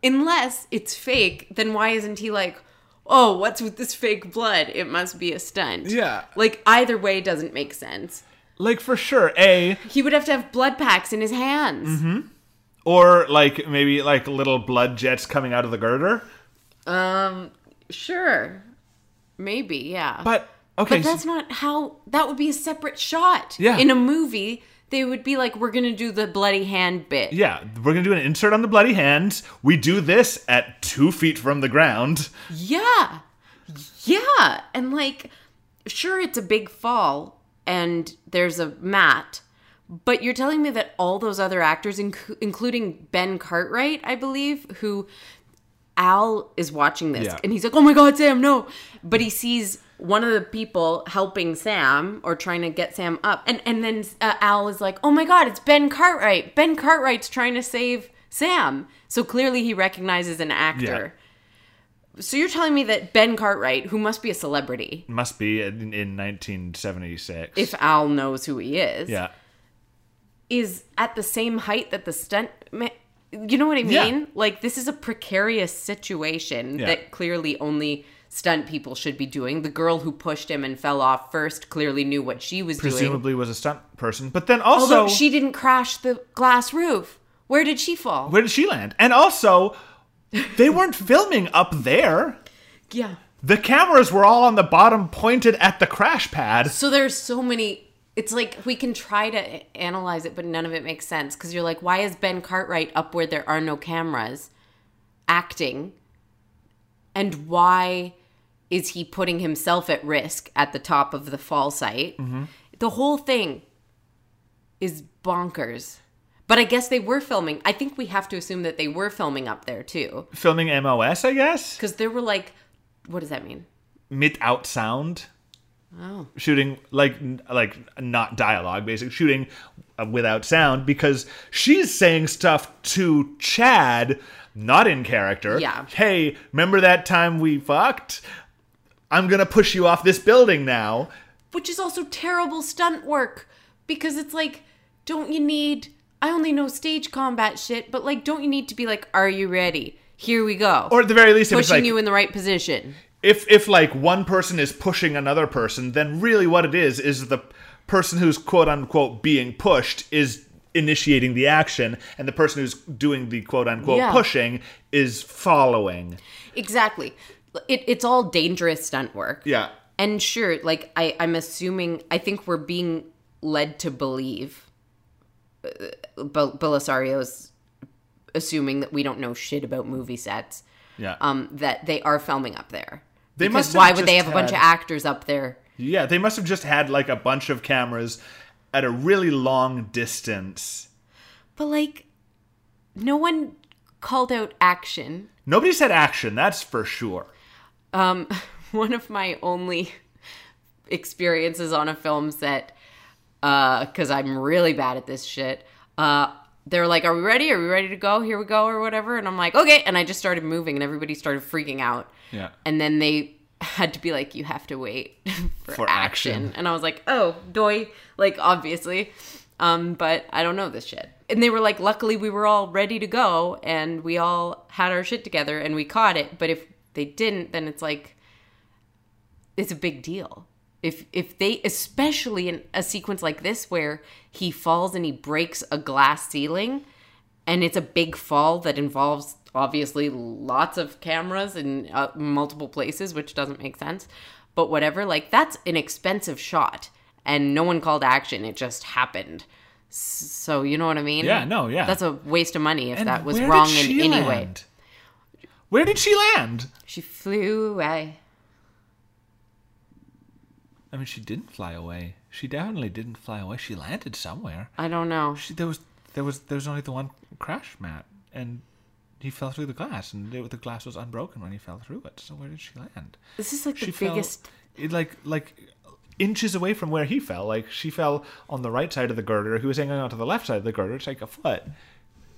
Unless it's fake, then why isn't he like, oh, what's with this fake blood? It must be a stunt. Yeah. Like either way doesn't make sense. like for sure. A He would have to have blood packs in his hands. Mm-hmm. or like maybe like little blood jets coming out of the girder. Um, sure, maybe, yeah. But okay, But that's not how. That would be a separate shot. Yeah. In a movie, they would be like, "We're gonna do the bloody hand bit." Yeah, we're gonna do an insert on the bloody hand. We do this at two feet from the ground. Yeah. Yeah. And like, sure, it's a big fall and there's a mat, but you're telling me that all those other actors, inc- including Ben Cartwright, I believe, who Al is watching this Yeah. and he's like, oh my God, Sam, no. But he sees one of the people helping Sam or trying to get Sam up. And, and then uh, Al is like, oh my God, it's Ben Cartwright. Ben Cartwright's trying to save Sam. So clearly he recognizes an actor. So you're telling me that Ben Cartwright, who must be a celebrity, Must be in, in 1976. if Al knows who he is, yeah, is at the same height that the stunt. ma- You know what I mean? Yeah. Like this is a precarious situation Yeah. that clearly only stunt people should be doing. The girl who pushed him and fell off first clearly knew what she was doing. presumably was a stunt person, but then also, Although she didn't crash the glass roof. Where did she fall? where did she land? And also, they [laughs] weren't filming up there. yeah. The cameras were all on the bottom, pointed at the crash pad. So there's so many. It's like we can try to analyze it, but none of it makes sense because you're like, why is Ben Cartwright up where there are no cameras acting? And why is he putting himself at risk at the top of the fall site? The whole thing is bonkers. But I guess they were filming. I think we have to assume that they were filming up there too Filming MOS, I guess. because there were like, what does that mean? Mit out sound. Oh. shooting like like not dialogue basically shooting uh, without sound because she's saying stuff to chad not in character Yeah. hey remember that time we fucked i'm gonna push you off this building now which is also terrible stunt work because it's like don't you need i only know stage combat shit but like don't you need to be like are you ready here we go or at the very least if it's pushing like you in the right position if if like one person is pushing another person then really what it is is the person who's quote unquote being pushed is initiating the action and the person who's doing the quote unquote Yeah. pushing is following exactly it, it's all dangerous stunt work yeah and sure like I, i'm assuming i think we're being led to believe uh, Bel- belisario's assuming that we don't know shit about movie sets Yeah. um, that they are filming up there They must because have why would they just have a bunch of had- actors up there yeah, they must have just had like a bunch of cameras at a really long distance. But like, no one called out action. Nobody said action, that's for sure. Um, [laughs] one of my only [laughs] experiences on a film set, because I'm really bad at this shit. Uh, they're like, "Are we ready? Are we ready to go? Here we go," or whatever. And I'm like, "Okay." And I just started moving, and everybody started freaking out. Yeah. And then they had to be like, "You have to wait [laughs] for, For action. action. And I was like, "Oh, doy!" Like obviously, um, but I don't know this shit. And they were like, "Luckily, we were all ready to go, and we all had our shit together, and we caught it." But if they didn't, then it's like, it's a big deal. If if they, especially in a sequence like this where he falls and he breaks a glass ceiling, and it's a big fall that involves obviously lots of cameras in uh, multiple places which doesn't make sense but whatever like that's an expensive shot and no one called action it just happened S- so you know what i mean Yeah, no, yeah. that's a waste of money if And that was where did wrong in she any way land? Where did she land? she flew away I mean, she didn't fly away. She definitely didn't fly away. She landed somewhere. i don't know She, there was there was there was only the one crash mat, and he fell through the glass, and the the glass was unbroken when he fell through it. So where did she land? this is like the she biggest fell it like like inches away from where he fell. Like she fell on the right side of the girder. He was hanging onto the left side of the girder. It's like a foot.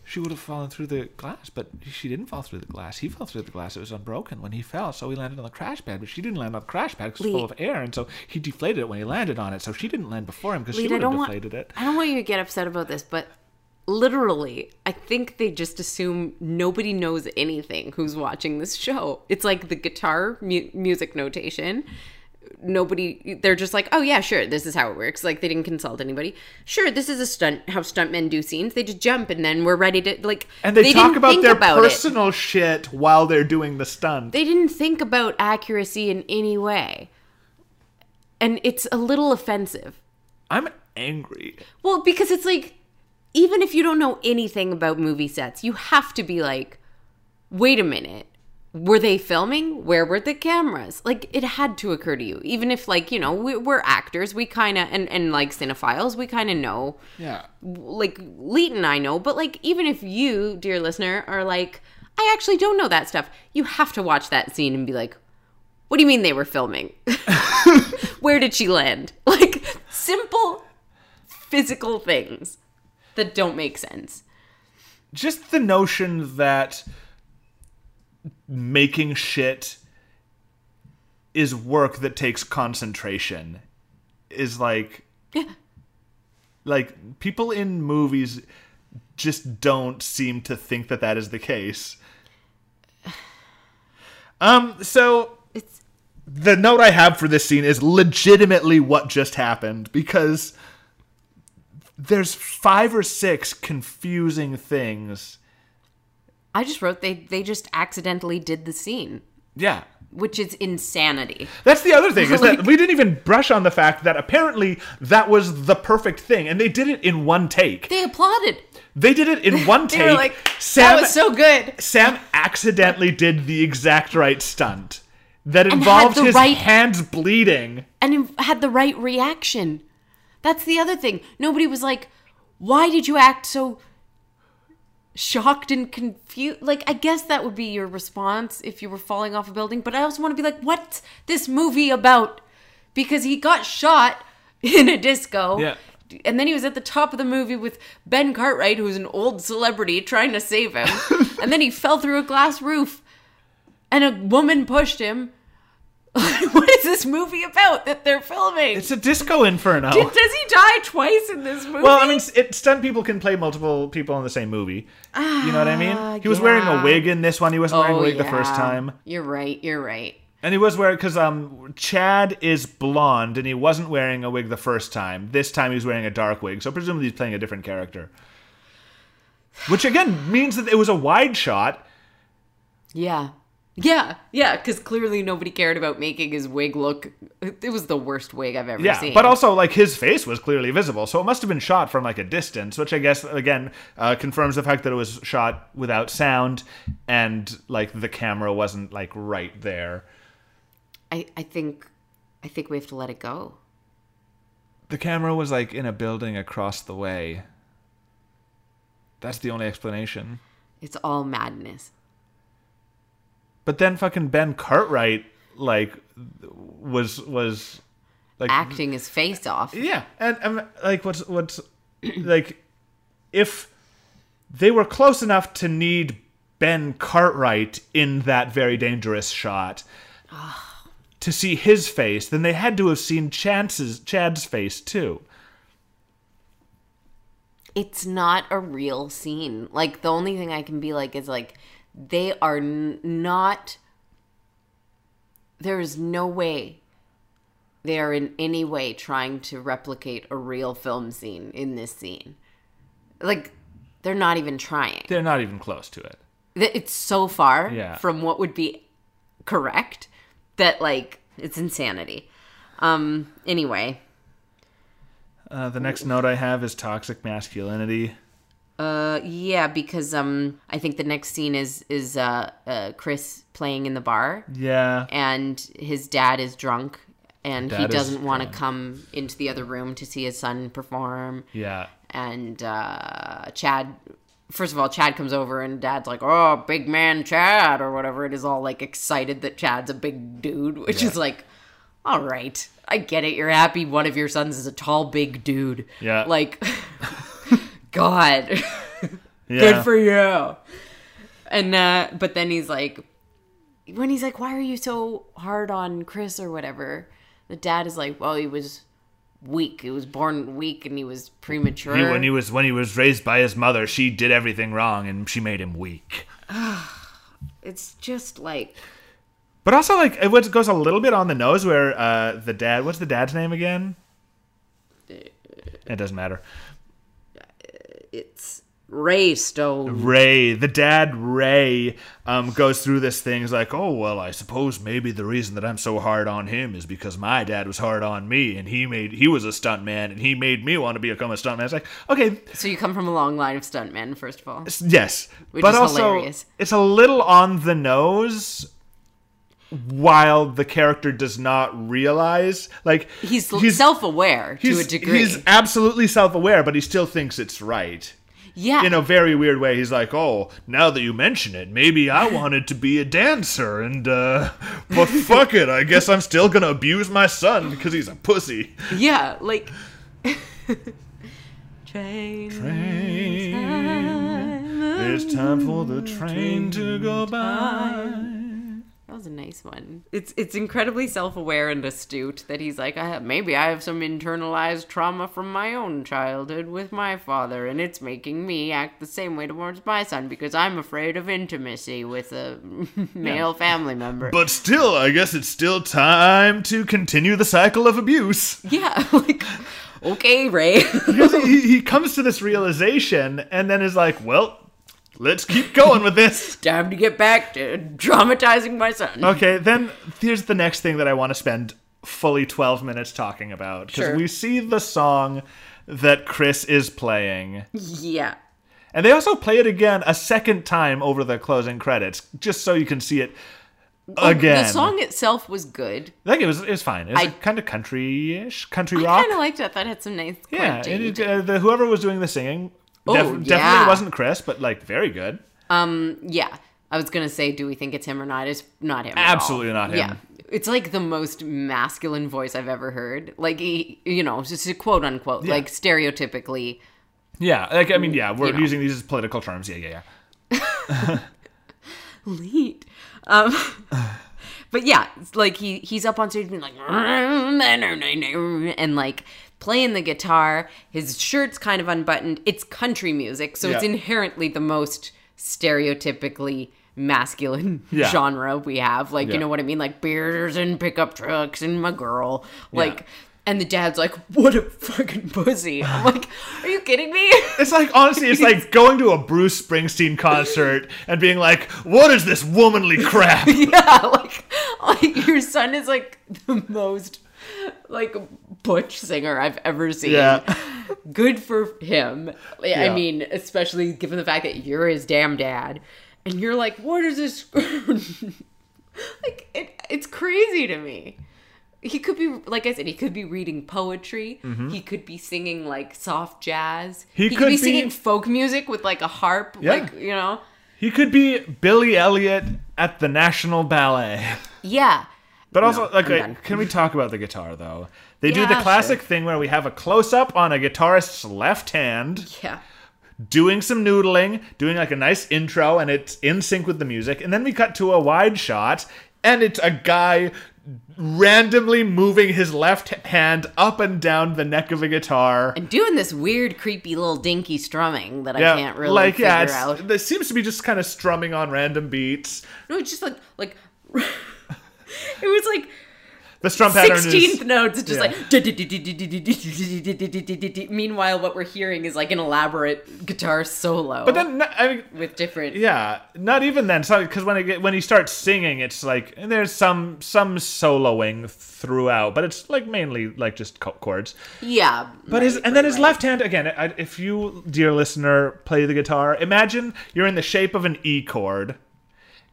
She would have fallen through the glass, but she didn't fall through the glass. He fell through the glass. It was unbroken when he fell, so he landed on the crash pad. But she didn't land on the crash pad because it was Lee- full of air, and so he deflated it when he landed on it. So she didn't land before him because she Lead, I would have don't want deflated it. I don't want you to get upset about this, but literally, I think they just assume nobody knows anything who's watching this show. It's like the guitar mu- music notation. Nobody, they're just like, oh yeah, sure, this is how it works. Like they didn't consult anybody. Sure, this is a stunt. How stuntmen do scenes, they just jump and then we're ready to like. And they, talk didn't about think their it. personal shit while they're doing the stunt. They didn't think about accuracy in any way, and it's a little offensive. I'm angry. Well, because it's like, even if you don't know anything about movie sets, you have to be like, wait a minute. Were they filming? Where were the cameras? Like, it had to occur to you. Even if, like, you know, we, we're actors, we kind of, and, and like cinephiles, we kind of know Yeah. like Leighton I know, but like even if you, dear listener, are like, I actually don't know that stuff, you have to watch that scene and be like, what do you mean they were filming? [laughs] Where did she land? [laughs] Like simple physical things that don't make sense. Just the notion that making shit is work that takes concentration is like Yeah. like people in movies just don't seem to think that that is the case. [sighs] Um so It's the note I have for this scene is legitimately what just happened because there's five or six confusing things. I just wrote they they just accidentally did the scene, Yeah. which is insanity. That's the other thing is that Like- we didn't even brush on the fact that apparently that was the perfect thing and they did it in one take. They applauded. They did it [laughs] in one They take. were like, Sam that was so good. Sam accidentally did the exact right stunt that had involved the his right- hands bleeding. and in- had the right reaction. That's the other thing. Nobody was like, "Why did you act so shocked and confused?" Like, I guess that would be your response if you were falling off a building. But I also want to be like, "What's this movie about?" Because he got shot [laughs] in a disco. Yeah. And then he was at the top of the movie with Ben Cartwright, who's an old celebrity, trying to save him. and then he fell through a glass roof, and a woman pushed him [laughs] what is this movie about that they're filming? It's a disco inferno. Did- Does he die twice in this movie? Well, I mean, it stunt people can play multiple people in the same movie. you know what I mean? He was wearing a Ah, yeah. wig in this one. He wasn't wearing a Oh, wig the first yeah. time, You're right. You're right. and he was wearing because um Chad is blonde, and he wasn't wearing a wig the first time. This time he's wearing a dark wig, so presumably he's playing a different character. Which again means that it was a wide shot. Yeah. Yeah. Yeah. Because clearly nobody cared about making his wig look. It was the worst wig I've ever Yeah, seen. but also like his face was clearly visible, so it must have been shot from like a distance, which I guess again uh, confirms the fact that it was shot without sound, and like the camera wasn't like right there. I, I think, I think we have to let it go. The camera was like in a building across the way. That's the only explanation. It's all madness. But then fucking Ben Cartwright like was was like Acting his face off. Yeah, and um, like what's what's [clears throat] like if they were close enough to need Ben Cartwright in that very dangerous shot to see his face, then they had to have seen Chance's Chad's face too. it's not a real scene. Like the only thing I can be like is like they are n- not. There is no way they are in any way trying to replicate a real film scene in this scene. Like they're not even trying. They're not even close to it. Th- It's so far Yeah. from what would be correct that like it's insanity. Um. Anyway. Uh, the next note I have is toxic masculinity. Uh, yeah, because um, I think the next scene is is uh, uh Chris playing in the bar, Yeah, and his dad is drunk, and he Dad is doesn't want to come into the other room to see his son perform, yeah. and uh, Chad. First of all, Chad comes over and Dad's like, "Oh, big man, Chad," or whatever. It is all like excited that Chad's a big dude, which is like, all right, I get it. You're happy one of your sons is a tall, big dude. Yeah. Like, [laughs] God, Yeah. good for you. And, uh, but then he's like, when he's like, why are you so hard on Chris or whatever? The dad is like, well, he was weak. He was born weak and he was premature. He- when he was when he was raised by his mother, she did everything wrong and she made him weak. it's just like, But also, like it was- goes a little bit on the nose where uh, the dad. What's the dad's name again? It doesn't matter. it's Ray Stone. Ray, the dad Ray, um, goes through this thing. He's like, "Oh well, I suppose maybe the reason that I'm so hard on him is because my dad was hard on me, and he made he was a stunt man, and he made me want to become a stuntman." It's like, okay, So you come from a long line of stuntmen, first of all. yes, Which but is also hilarious. it's a little on the nose. While the character does not realize, like He's, self-aware to a degree. He's absolutely self-aware, but he still thinks it's right. yeah. In a very weird way, he's like, "Oh, now that you mention it, maybe [laughs] I wanted to be a dancer, and uh, but fuck it, I guess I'm still gonna abuse my son because he's a pussy." Yeah, like [laughs] train. It's time for the train to go by. That was a nice one. It's it's incredibly self-aware and astute that he's like, I have, maybe I have some internalized trauma from my own childhood with my father, and it's making me act the same way towards my son because I'm afraid of intimacy with a [laughs] male family member. But still, I guess it's still time to continue the cycle of abuse. [laughs] yeah, [laughs] like okay, Ray. [laughs] he, he comes to this realization and then is like, "Well, let's keep going with this." Time to get back to traumatizing my son. [laughs] Okay, then here's the next thing that I want to spend fully 12 minutes talking about. Because Sure. we see the song that Chris is playing. Yeah. And they also play it again a second time over the closing credits, just so you can see it again. Oh, The song itself was good. Like, it was, it was fine. It was I- kind of country ish, country I rock. kind of liked it. I thought it had some nice. yeah, grunting and it, to it. uh, the, whoever was doing the singing Oh, def- yeah. definitely wasn't Chris, but like very good. yeah. I was gonna say, do we think it's him or not? It's not him. at all. Absolutely not him. Yeah, it's like the most masculine voice I've ever heard. Like he, you know, just a quote unquote, like stereotypically. Yeah, like I mean, yeah, we're You know. using these as political terms. Yeah, yeah, yeah. lead. Um, [laughs] but yeah, it's like he he's up on stage being like and like playing the guitar. His shirt's kind of unbuttoned. It's country music, so it's Yeah. inherently the most stereotypically masculine Yeah. genre we have. Like Yeah. you know what I mean? Like beers and pickup trucks and my girl. Like. And the dad's like, "What a fucking pussy!" I'm like, "Are you kidding me?" [laughs] It's like honestly, it's like going to a Bruce Springsteen concert and being like, "What is this womanly [laughs] crap?" yeah, like, like your son is like the most like butch singer I've ever seen. Good for him. I- Yeah. I mean, especially given the fact that you're his damn dad, and you're like, what is this? [laughs] like, it, it's crazy to me. He could be, like I said, he could be reading poetry. He could be singing like soft jazz. Mm-hmm. He could, could be, be- singing folk music with like a harp. Yeah. Like, you know? he could be Billy Elliot at the National Ballet. Yeah. But also, like, I'm like, done. can we talk about the guitar though? They do Yeah, the classic thing where we have a close up on a guitarist's left hand Yeah. doing some noodling, doing like a nice intro, and it's in sync with the music, and then we cut to a wide shot, and it's a guy randomly moving his left hand up and down the neck of a guitar. and doing this weird, creepy little dinky strumming that I can't really like figure yeah, it's, out. This seems to be just kind of strumming on random beats. No, it's just like like it was like The strum pattern sixteenth is notes, it's just yeah. like. Meanwhile, what we're hearing is like an elaborate guitar solo, but then I mean, with different. yeah, not even then. Because when I get, when he starts singing, it's like and there's some some soloing throughout, but it's like mainly like just co- chords. yeah But his and then his left hand again. I, if you, dear listener, play the guitar, imagine you're in the shape of an E chord,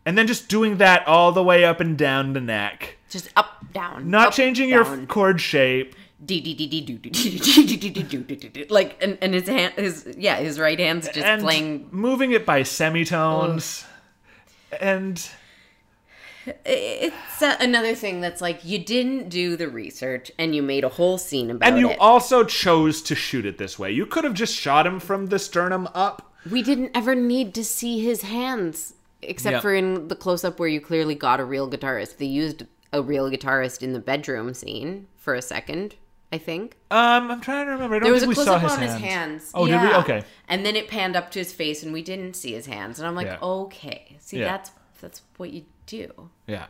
and then just doing that all the way up and down the neck, just up down, not up, changing your down. f- chord shape. Dee, dee, dee, dee, doo, doo, dee, dee, dee, dee, dee, doo, doo, doo, doo. like and and his hand his yeah his right hand's just and playing moving it by semitones and It's uh, another thing that's like you didn't do the research and you made a whole scene about And you it. also chose to shoot it this way. You could have just shot him from the sternum up. we didn't ever need to see his hands except Yeah. for in the close up where you clearly got a real guitarist. They used a real guitarist in the bedroom scene for a second, I think. Um, I'm trying to remember. I don't There was a think we close saw up his on hands. his hands. Oh, did we? Yeah. Okay. And then it panned up to his face, and we didn't see his hands. And I'm like, Yeah. okay, see, Yeah. that's that's what you do. Yeah.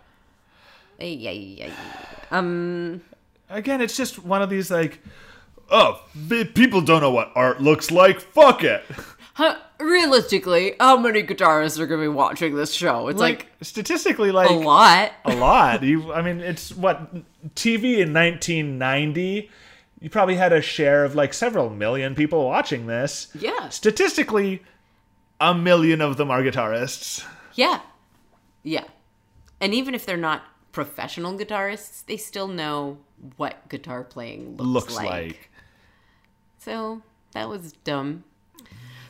Yeah, yeah, yeah, yeah. Again, it's just one of these like Oh, the people don't know what art looks like. Fuck it. Huh, realistically, how many guitarists are going to be watching this show? It's like, like, statistically like a lot. a lot. You, I mean, it's what TV in 1990. You probably had a share of like several million people watching this. Yeah. Statistically, a million of them are guitarists. Yeah. Yeah. And even if they're not professional guitarists, they still know what guitar playing looks, Looks like. like. So that was dumb.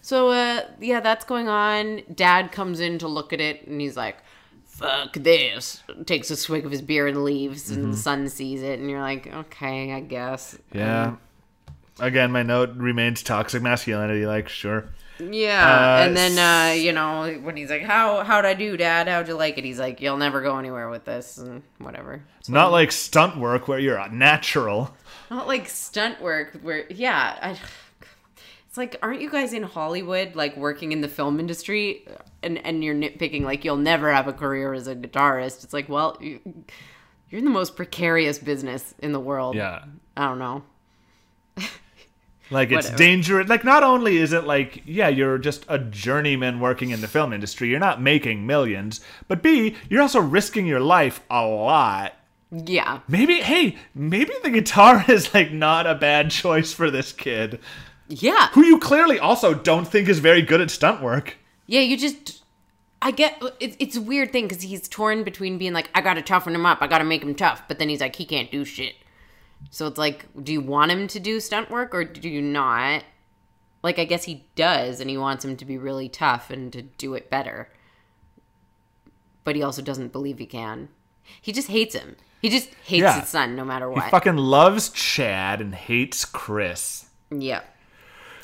So uh yeah, that's going on. Dad comes in to look at it and he's like, Fuck this. Takes a swig of his beer and leaves and the son sees it and you're like, Okay, I guess. Yeah. Again, my note remains toxic masculinity. Like, sure. Yeah, Uh, and then uh, you know when he's like, "How how'd I do, Dad? How'd you like it?" He's like, "You'll never go anywhere with this," and whatever. It's not like stunt work where you're a natural. Not like stunt work, where yeah, I, it's like, aren't you guys in Hollywood, like working in the film industry, and and you're nitpicking like you'll never have a career as a guitarist? It's like, well, you, you're in the most precarious business in the world. I don't know. Like it's Whatever. dangerous. Like not only is it like yeah, you're just a journeyman working in the film industry. You're not making millions, but B, you're also risking your life a lot. Yeah, Maybe hey, maybe the guitar [laughs] is like not a bad choice for this kid, yeah. who you clearly also don't think is very good at stunt work. Yeah, you just. I get it, it's a weird thing because he's torn between being like, I gotta toughen him up, I gotta make him tough, but then he's like, he can't do shit. So it's like, do you want him to do stunt work or do you not? Like, I guess he does, and he wants him to be really tough and to do it better. But he also doesn't believe he can. He just hates him. He just hates Yeah. his son no matter He what. fucking loves Chad and hates Chris. yeah.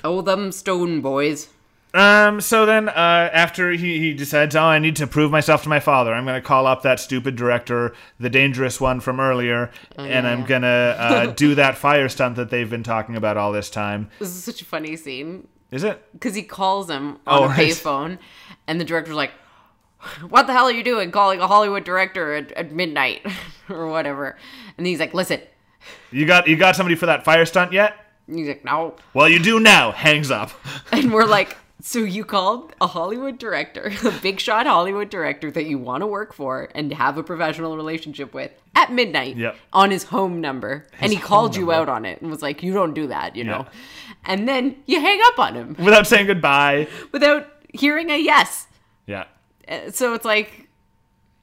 Oh, them stone boys. Um, so then uh, after he, he decides, oh, I need to prove myself to my father, I'm going to call up that stupid director, the dangerous one from earlier, and I'm going to uh, do that fire stunt that they've been talking about all this time. This is such a funny scene. Is it? because he calls him on Oh, a right. payphone, and the director's like, "What the hell are you doing, calling a Hollywood director at, at midnight [laughs] or whatever?" And he's like, "Listen," You got you got somebody for that fire stunt yet? and he's like, "No," Well, you do now. Hangs up. [laughs] [laughs] and we're like. So you called a Hollywood director, [laughs] a big shot Hollywood director that you want to work for and have a professional relationship with at midnight Yep. on his home number. and he called you number. out on it and was like, You don't do that, you know? And then you hang up on him Without saying goodbye. without hearing a yes. Yeah. Uh, so it's like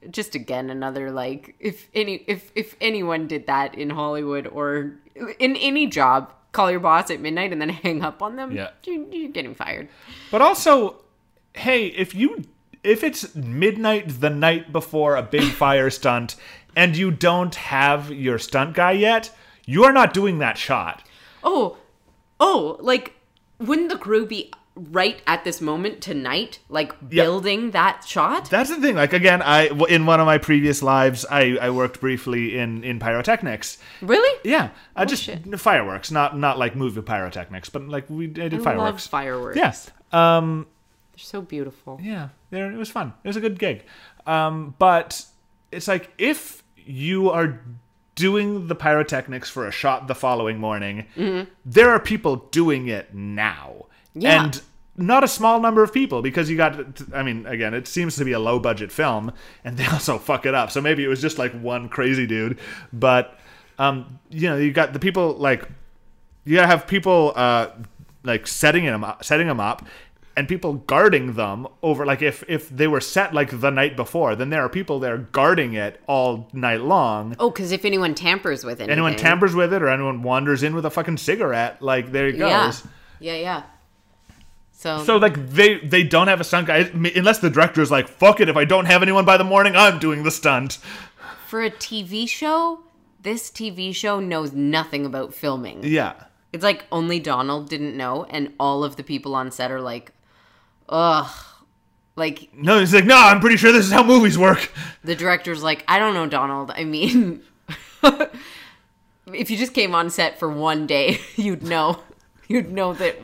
just again another like if any if if anyone did that in Hollywood or in any job call your boss at midnight and then [laughs] hang up on them Yeah. you, you're getting fired But also, hey, if you if it's midnight the night before a big [laughs] fire stunt and you don't have your stunt guy yet, you are not doing that shot. oh oh like wouldn't the crew be right at this moment tonight like building that shot That's the thing. Like again, I w- in one of my previous lives, I I worked briefly in in pyrotechnics. really Yeah, I just Oh, shit. fireworks, not not like movie pyrotechnics, but like we I did I love fireworks. fireworks Yes. they're so beautiful yeah, there it was fun. It was a good gig. Um, but it's like if you are doing the pyrotechnics for a shot the following morning, there are people doing it now. Yeah. And not a small number of people because you got I mean again it seems to be a low budget film and they [laughs] also fuck it up. So maybe it was just like one crazy dude, but um you know, you got the people like you gotta have people uh, like setting them up, setting them up, and people guarding them over. Like if if they were set like the night before, then there are people there guarding it all night long. oh because if anyone tampers with anything Anyone tampers with it or anyone wanders in with a fucking cigarette, like there it goes. yeah yeah yeah So, So like they they don't have a stunt guy I mean, unless the director is like fuck it if I don't have anyone by the morning I'm doing the stunt. for a TV show, this TV show knows nothing about filming. Yeah. It's like only Donald didn't know, and all of the people on set are like, ugh. Like No, he's like no, I'm pretty sure this is how movies work. the director's like, I don't know, Donald. I mean, [laughs] if you just came on set for one day, [laughs] you'd know. You'd know that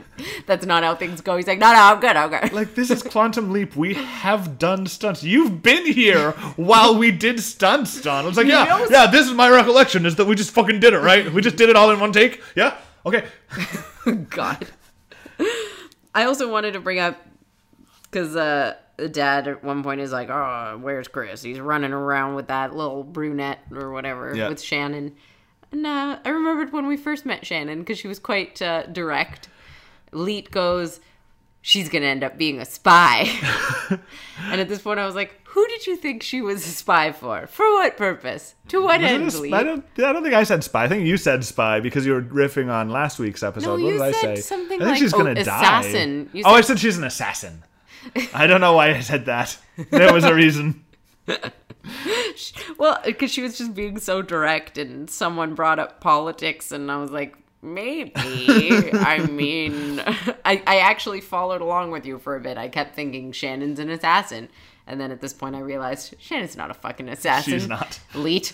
that's not how things go. He's like, no, no, I'm good, I'm good. Like this is Quantum Leap. We have done stunts. You've been here while we did stunts, Donald. It's like yeah, knows- yeah. This is my recollection is that we just fucking did it right. We just did it all in one take. Yeah. Okay. God. I also wanted to bring up because uh, the dad at one point is like, "Oh, where's Chris? He's running around with that little brunette or whatever Yeah. with Shannon." And uh, I remembered when we first met Shannon because she was quite uh, direct. Leet goes, "She's gonna end up being a spy," and at this point, I was like, "Who did you think she was a spy for? For what purpose? To what I end?" don't, Leet? I don't think I said spy. I think you said spy because you were riffing on last week's episode. No, what you did I said say? something I think like, she's oh, gonna assassin. die. You oh, I said- said she's an assassin. I don't know why I said that. There was a reason. Well, because she was just being so direct, and someone brought up politics, and I was like, maybe. I [laughs] mean, I, I actually followed along with you for a bit. I kept thinking Shannon's an assassin. And then at this point, I realized Shannon's not a fucking [laughs] assassin. She's not. Elite.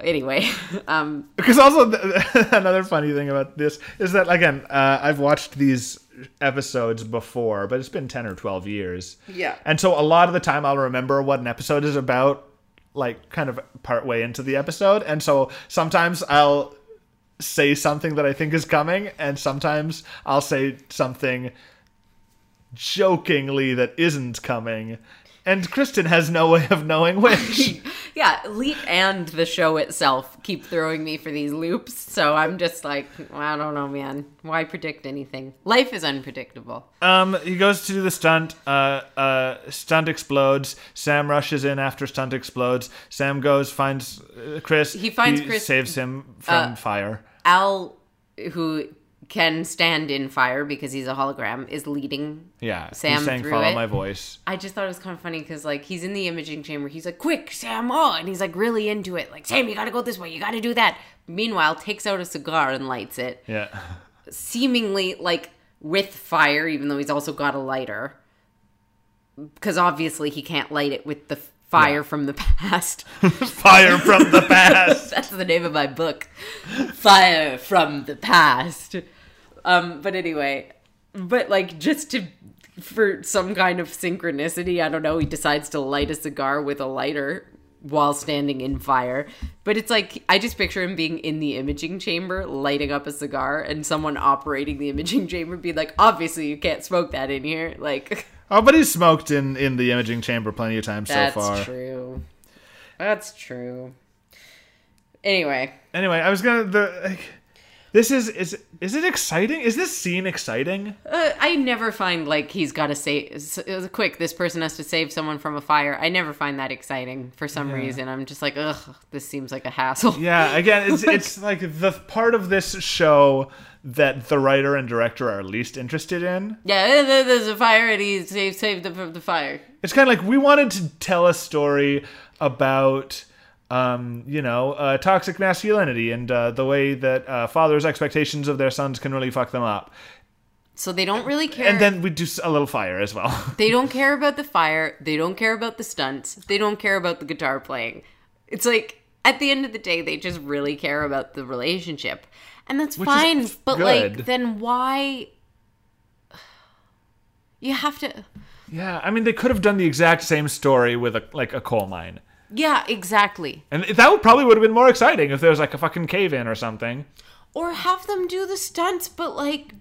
Anyway, [laughs] um, Because also th- [laughs] another funny thing about this is that again, uh, I've watched these episodes before, but it's been ten or twelve years. Yeah. And so a lot of the time, I'll remember what an episode is about, like kind of partway into the episode, and so sometimes I'll say something that I think is coming, and sometimes I'll say something jokingly that isn't coming. And Kristen has no way of knowing which. yeah, Elite and the show itself keep throwing me for these loops. So I'm just like, I don't know, man. Why predict anything? Life is unpredictable. Um, he goes to do the stunt. Uh, uh, stunt explodes. Sam rushes in after stunt explodes. Sam goes finds uh, Chris. He finds Chris- uh, saves him from fire. Al, who can stand in fire because he's a hologram, is leading. Yeah, Sam he's saying threw follow it. my voice. I just thought it was kind of funny because, like, he's in the imaging chamber. He's like, quick, Sam, on. And he's like, really into it. Like, Sam, you got to go this way. You got to do that. Meanwhile, takes out a cigar and lights it, Yeah, [laughs] seemingly, like, with fire, even though he's also got a lighter. Because obviously he can't light it with the fire from the [laughs] past. fire from the past. [laughs] That's the name of my book, Fire from the Past. Um, but anyway, but like just to for some kind of synchronicity, I don't know. He decides to light a cigar with a lighter while standing in fire. But it's like I just picture him being in the imaging chamber, lighting up a cigar, and someone operating the imaging [laughs] chamber being like, "Obviously, you can't smoke that in here." Like oh, but he's smoked in in the imaging chamber plenty of times so that's far. true. That's true. Anyway. Anyway, I was gonna. The, like, this is is is it exciting? Is this scene exciting? Uh, I never find like he's got to say s- uh, quick. This person has to save someone from a fire. I never find that exciting for some reason. I'm just like, ugh, this seems like a hassle. Yeah, again, [laughs] it's it's like the part of this show that the writer and director are least interested in. Yeah, eh, there- there's a fire, and he saved saved them from the fire. It's kind of like we wanted to tell a story about um, you know, uh, toxic masculinity and uh, the way that uh, fathers' expectations of their sons can really fuck them up. So they don't really care. And then we do s- a little fire as well. [laughs] they don't care about the fire. They don't care about the stunts. They don't care about the guitar playing. It's like at the end of the day, they just really care about the relationship, and that's is fine. but good. like, then why? [sighs] You have to. yeah, I mean, they could have done the exact same story with a like a coal mine, Yeah, exactly. and that would probably would have been more exciting if there was like a fucking cave in or something. or have them do the stunts but like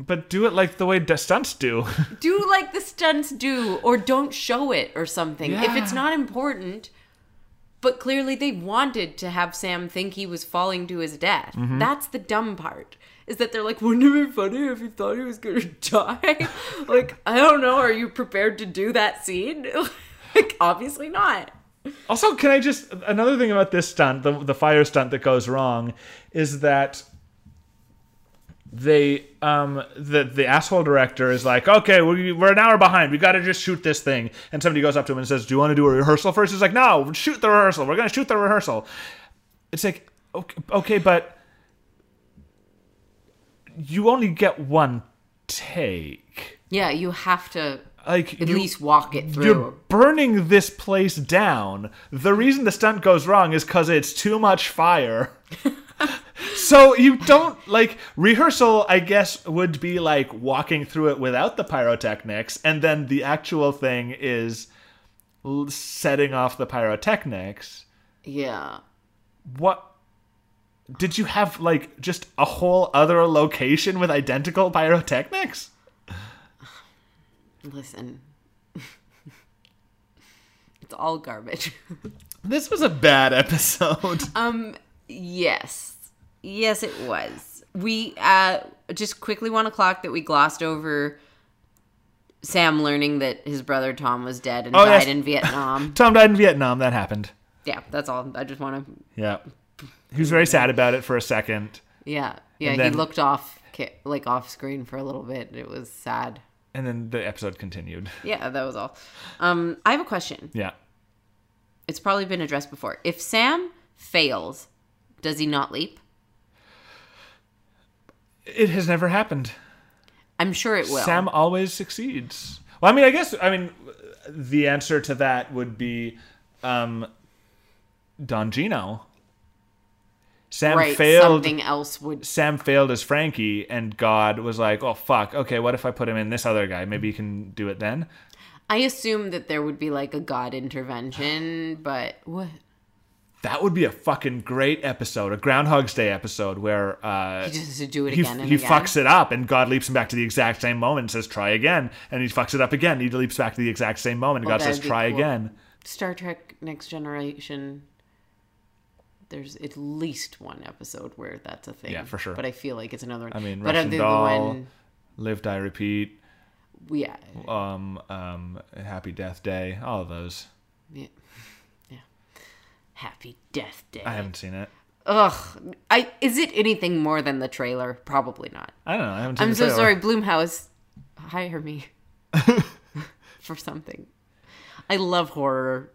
But do it like the way d- stunts do. [laughs] do like the stunts do or don't show it or something if it's Yeah. not important but clearly they wanted to have sam think he was falling to his death that's the dumb part is that they're like wouldn't it be funny if he thought he was gonna [laughs] die like i don't know are you prepared to do that scene [laughs] like obviously not Also, can I just another thing about this stunt, the the fire stunt that goes wrong, is that they um the the asshole director is like okay we, we're an hour behind we gotta just shoot this thing and somebody goes up to him and says do you want to do a rehearsal first he's like no shoot the rehearsal we're gonna shoot the rehearsal it's like okay, okay but you only get one take Yeah, you have to like at you- least walk it you're through. burning this place down. The reason the stunt goes wrong is because it's too much [laughs] fire. so you don't like rehearsal, I guess, would be like walking through it without the pyrotechnics, and then the actual thing is l- setting off the pyrotechnics. Yeah. What? Did you have like just a whole other location with identical pyrotechnics? Listen. [laughs] it's all garbage. This was a bad episode. Um. Yes. Yes, it was. We uh just quickly want to clock that we glossed over Sam learning that his brother Tom was dead and Oh, died yes. [laughs] in Vietnam. [laughs] Tom died in Vietnam. That happened. yeah, that's all. I just want to. Yeah. He was very sad about it for a second. Yeah, yeah. And then- he looked off, ca- like off screen for a little bit. It was sad. And then the episode continued. Yeah, that was all. Um, I have a question. Yeah. It's probably been addressed before. If Sam fails, does he not leap? It has never happened. I'm sure it will. Sam always succeeds. Well, I mean, I guess, I mean, the answer to that would be um, Don Gino. Sam right? failed. Something else would. Sam failed as Frankie, and God was like, oh, fuck. Okay, what if I put him in this other guy? Maybe he can do it then. I assume that there would be like a God intervention, but what? That would be a fucking great episode, a Groundhog's Day episode where uh, He just has to do it he, again and he again. fucks it up and god leaps him back to the exact same moment and says try again and he fucks it up again he leaps back to the exact same moment and Oh, god that says would be try cool. again Star Trek Next Generation. There's at least one episode where that's a thing. Yeah, for sure. But I feel like it's another one. i mean but russian other doll than live die repeat one, yeah, um um happy death day all of those yeah, yeah. Happy Death Day. i haven't seen it Ugh. I is it anything more than the trailer? Probably not. i don't know i haven't seen I'm the so trailer. sorry, Bloomhouse. [laughs] Hire me for something. I love horror,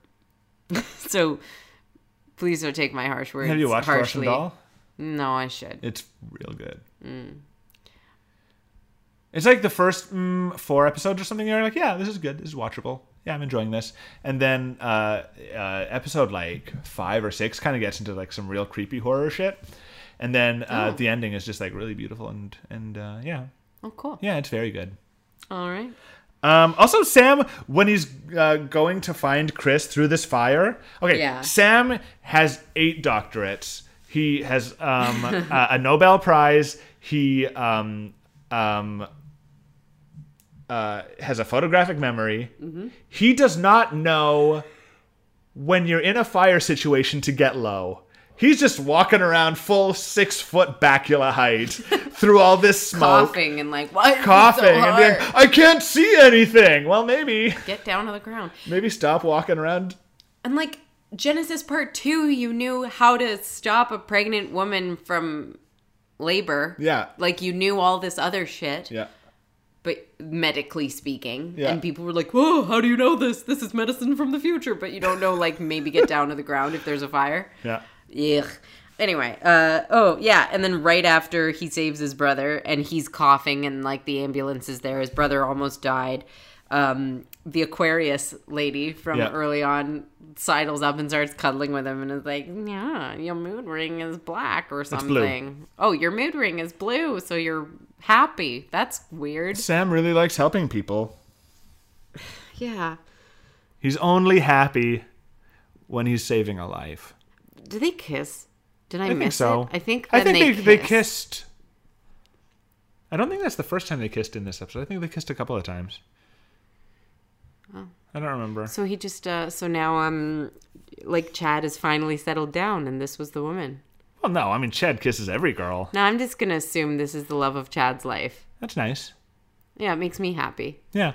[laughs] so please don't take my harsh words. have you watched harshly. russian doll No, I should. it's real good it's like the first mm, four episodes or something you're like yeah this is good this is watchable yeah i'm enjoying this and then uh, uh, episode like five or six kind of gets into like some real creepy horror shit and then uh, the ending is just like really beautiful and and uh, yeah Oh, cool. yeah it's very good All right. um, also, Sam, when he's uh, going to find Chris through this fire, okay, Yeah. Sam has eight doctorates. He has um, [laughs] a, a Nobel Prize. He um, um, uh, has a photographic memory. Mm-hmm. He does not know when you're in a fire situation to get low. He's just walking around full six foot bacula [laughs] height through all this smoke Coughing and like what? coughing so and being, hard? I can't see anything. Well, maybe, Get down on the ground. maybe stop walking around. And like Genesis Part Two, you knew how to stop a pregnant woman from labor. Yeah. Like you knew all this other shit. Yeah, but medically speaking Yeah. and people were like whoa how do you know this this is medicine from the future but you don't know like maybe get down to the ground if there's a fire yeah. Ugh. anyway uh oh yeah and then right after he saves his brother and he's coughing and like the ambulance is there his brother almost died um the aquarius lady from Yeah. early on sidles up and starts cuddling with him and is like yeah your mood ring is black blue. or something oh your mood ring is blue so you're happy that's weird Sam really likes helping people. Yeah. He's only happy when he's saving a life. Do they kiss? Did I, I think miss so. it? I think I then think they, they kiss. kissed. I don't think that's the first time they kissed in this episode. I think they kissed a couple of times. Oh. I don't remember. So he just uh so now um like Chad has finally settled down and this was the woman. Well, no. I mean, Chad kisses every girl. Now I'm just going to assume this is the love of Chad's life. That's nice. Yeah, it makes me happy. Yeah,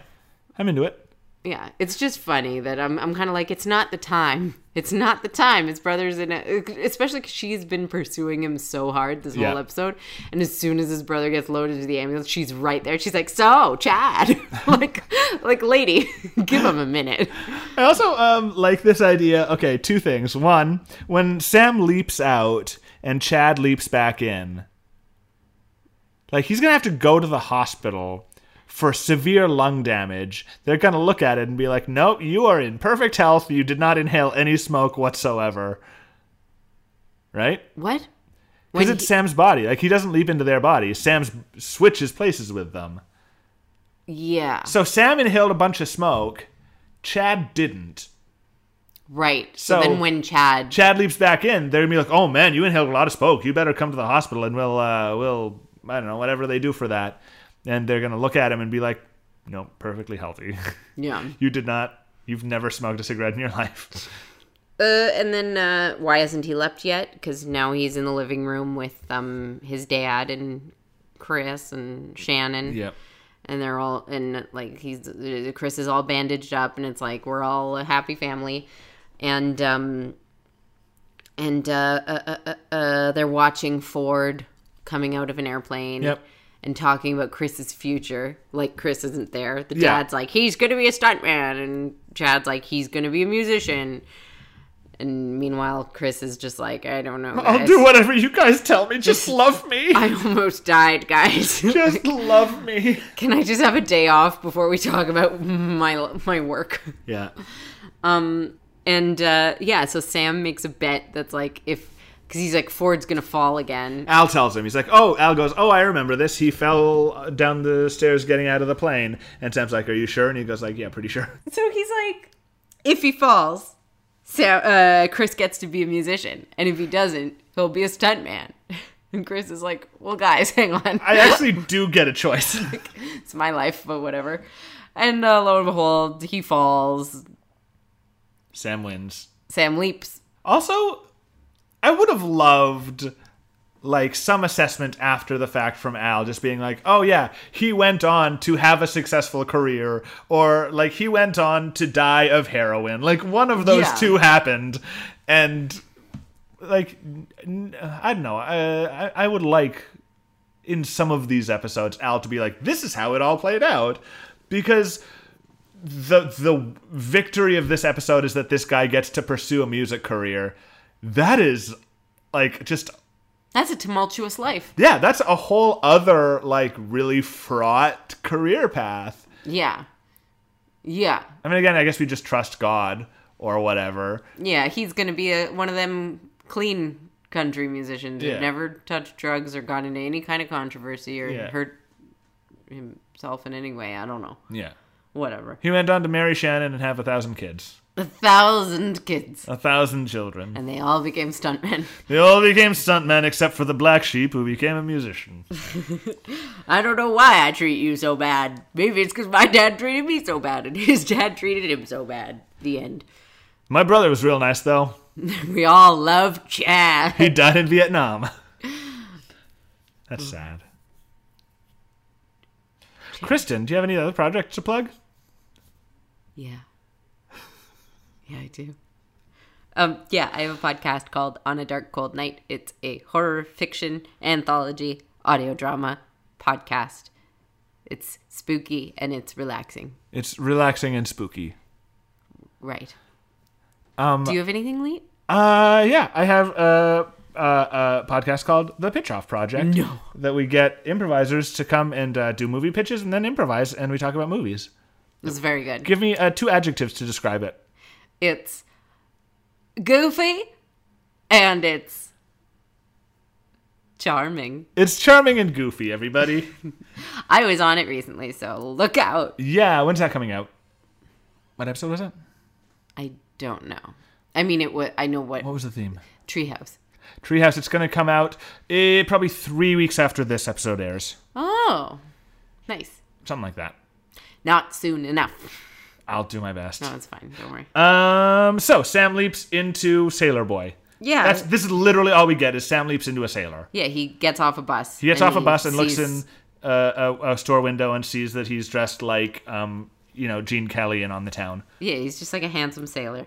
I'm into it. Yeah, it's just funny that I'm I'm kind of like it's not the time. [laughs] It's not the time. His brother's in it, especially because she's been pursuing him so hard this Yeah. whole episode. And as soon as his brother gets loaded to the ambulance, she's right there. She's like, "So, Chad, [laughs] like, like, lady, [laughs] give him a minute." I also um, like this idea. Okay, two things. One, when Sam leaps out and Chad leaps back in, like he's gonna have to go to the hospital for severe lung damage. They're gonna look at it and be like, "Nope, you are in perfect health. You did not inhale any smoke whatsoever." Right? What? When Because it's he- Sam's body. Like he doesn't leap into their body. Sam's switches places with them. yeah, So Sam inhaled a bunch of smoke. Chad didn't. right. So, So- then when Chad, Chad leaps back in. They're gonna be like, "Oh man, you inhaled a lot of smoke. You better come to the hospital, and we'll uh, we'll I don't know whatever they do for that." And they're gonna look at him and be like, "No, perfectly healthy. [laughs] yeah, you did not. You've never smoked a cigarette in your [laughs] life." uh, and then uh, why hasn't he left yet? Because now he's in the living room with um his dad and Chris and Shannon. and they're all and like he's uh, Chris is all bandaged up and it's like we're all a happy family and um and uh uh uh, uh, uh they're watching Ford coming out of an airplane Yep. and talking about Chris's future like Chris isn't there the Yeah. dad's like he's going to be a stuntman and Chad's like he's going to be a musician and meanwhile Chris is just like I don't know I'll guys. do whatever you guys tell me. Just love me. I almost died [laughs] guys Just love me. Can I just have a day off before we talk about my my work? Yeah. And uh, yeah, so Sam makes a bet that's like if because he's like Ford's gonna fall again. Al tells him. He's like, "Oh." Al goes, "Oh, I remember this. He fell down the stairs getting out of the plane." And Sam's like, "Are you sure?" And he goes, "Like, yeah, pretty sure." So he's like, if he falls, Sam uh, Chris gets to be a musician, and if he doesn't, he'll be a stuntman. [laughs] And Chris is like, well, guys, [laughs] hang on, I actually do get a choice. it's my life, but whatever. And uh, lo and behold, he falls. Sam wins. Sam leaps. Also, I would have loved like some assessment after the fact from Al just being like, "Oh yeah, he went on to have a successful career or like he went on to die of heroin." Like one of those Yeah. two happened and like n- n- I don't know. I, I I would like in some of these episodes Al to be like, "This is how it all played out." Because the the victory of this episode is that this guy gets to pursue a music career. That is like just That's a tumultuous life. yeah, that's a whole other like really fraught career path. Yeah, yeah. I mean again, I guess we just trust God or whatever. Yeah, he's gonna be a, one of them clean country musicians who Yeah. never touched drugs or got into any kind of controversy or Yeah. hurt himself in any way. I don't know. Yeah. Whatever. He went on to marry Shannon and have a thousand kids. A thousand kids, A thousand children. and they all became stuntmen. [laughs] They all became stuntmen except for the black sheep who became a musician. I don't know why I treat you so bad. Maybe it's because my dad treated me so bad, and his [laughs] dad treated him so bad. The end. My brother was real nice though. We all love Chad. He died in Vietnam. [laughs] That's sad. Kristen, do you have any other projects to plug? Yeah. Yeah, I do. Um, yeah, I have a podcast called On a Dark Cold Night. It's a horror fiction anthology audio drama podcast. It's spooky and it's relaxing. It's relaxing and spooky. Right. Um, do you have anything, Lee? Uh, yeah, I have a, a, a podcast called The Pitch Off Project. No. That we get improvisers to come and uh, do movie pitches and then improvise, and we talk about movies. It's very good. Give me uh, two adjectives to describe it. It's goofy and it's charming. It's charming and goofy, [laughs] everybody. I was on it recently, so look out. yeah, when's that coming out? What episode was it? I don't know. I mean, it was. I know what What was the theme? treehouse. Treehouse. It's going to come out eh, probably three weeks after this episode airs, Oh, nice. something like that. Not soon enough. I'll do my best. No, it's fine. Don't worry. Um. So Sam leaps into Sailor Boy. Yeah. That's this is literally all we get is Sam leaps into a sailor. yeah, he gets off a bus. He gets off a bus and looks in uh, a, a store window and sees that he's dressed like um you know Gene Kelly and on the town. Yeah, he's just like a handsome sailor.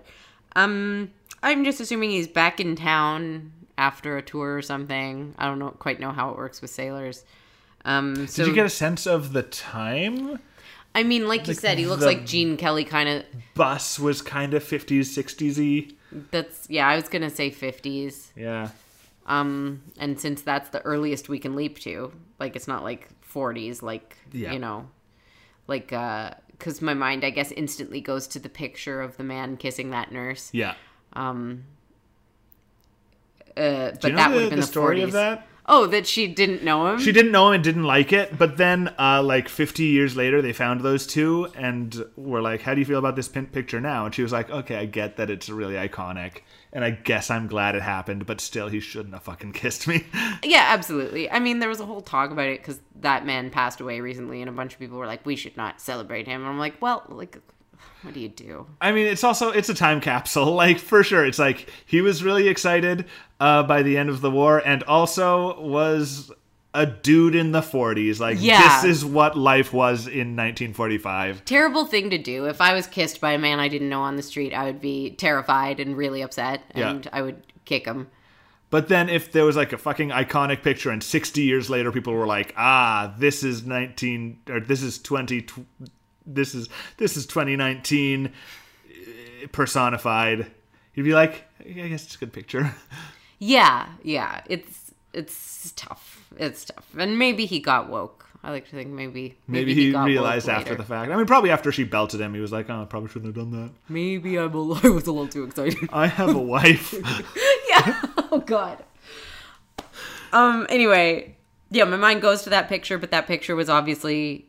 Um, I'm just assuming he's back in town after a tour or something. I don't know quite know how it works with sailors. Um, so Did you get a sense of the time? I mean, like you said, he looks the- like Gene Kelly kind of. Bus was kind of 50s, 60s y. That's yeah. I was gonna say 50s. Yeah. Um, and since that's the earliest we can leap to, like it's not like 40s, like Yeah. you know, like uh, because my mind, I guess, instantly goes to the picture of the man kissing that nurse. Yeah. Um, uh, but Do you that know would the, have been the story 40s. of that? Oh, that she didn't know him. She didn't know him and didn't like it, but then, uh, like 50 years later, they found those two and were like, How do you feel about this pin- picture now? And she was like, Okay, I get that it's really iconic, and I guess I'm glad it happened, but still, he shouldn't have fucking kissed me. [laughs] Yeah, absolutely. I mean, there was a whole talk about it because that man passed away recently, and a bunch of people were like, "We should not celebrate him." And I'm like, "Well, like, what do you do?" I mean, it's also it's a time capsule, [laughs] like for sure. It's like he was really excited uh, by the end of the war, and also was a dude in the 40s. Like Yeah. this is what life was in 1945. Terrible thing to do. If I was kissed by a man I didn't know on the street, I would be terrified and really upset, Yeah. and I would kick him. But then if there was like a fucking iconic picture and 60 years later people were like, "Ah, this is 19 or this is 20 tw- this is this is 2019 eh, personified." You'd be like, "Yeah, "I guess it's a good picture." Yeah, yeah. It's it's tough. It's tough, and maybe he got woke. I like to think maybe [laughs] Maybe, he, got woke realized after later. the fact. I mean, probably after she belted him, he was like, "Oh, I probably shouldn't have done that." maybe I'm a, [laughs] I was a little too excited. I have a [laughs] wife. [laughs] yeah. Oh god. Um. Anyway, yeah, my mind goes to that picture, but that picture was obviously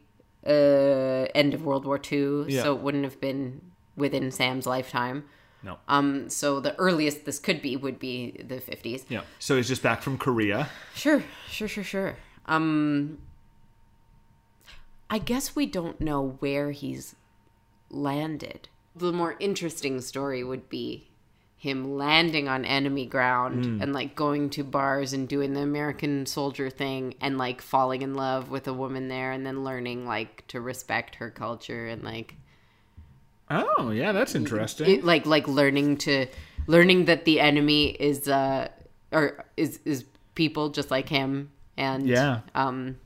uh end of World War II, Yeah. so it wouldn't have been within Sam's lifetime. No. Um. So the earliest this could be would be the fifties. yeah. So he's just back from Korea. Sure. Sure. Sure. Sure. Um. I guess we don't know where he's landed. The more interesting story would be him landing on enemy ground and like going to bars and doing the American soldier thing and like falling in love with a woman there and then learning like to respect her culture and like Oh, yeah, that's interesting. it, like like learning to learning that the enemy is uh or is is people just like him and Yeah. um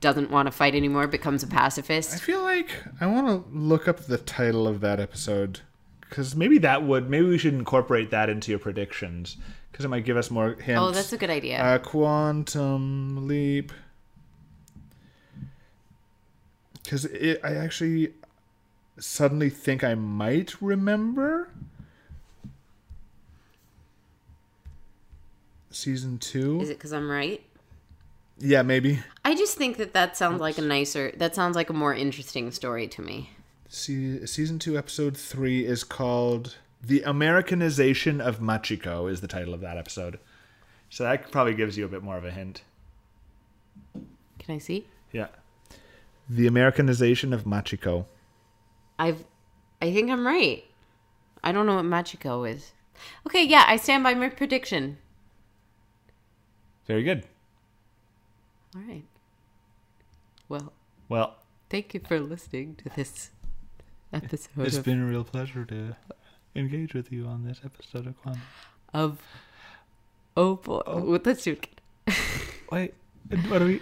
doesn't want to fight anymore becomes a I pacifist feel like I want to look up the title of that episode because maybe that would. Maybe we should incorporate that into your predictions because it might give us more hints. oh that's a good idea uh, Quantum Leap. Because I actually suddenly think I might remember. Season two? is it because i'm right yeah, maybe. i just think that that sounds like a nicer that sounds like a more interesting story to me Se- season two, episode three is called the Americanization of Machiko is the title of that episode. So that probably gives you a bit more of a hint. can i see Yeah. The Americanization of Machiko. i've i think i'm right i don't know what machiko is okay yeah i stand by my prediction Very good. all right well Well, Thank you for listening to this episode of, been a real pleasure to engage with you on this episode of Quantum. of Oh boy. Well, let's do it. Wait, what are we?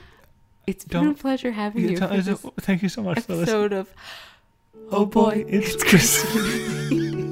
It's been a Don't- pleasure having you for this thank you so much episode of Oh boy. it's Chris.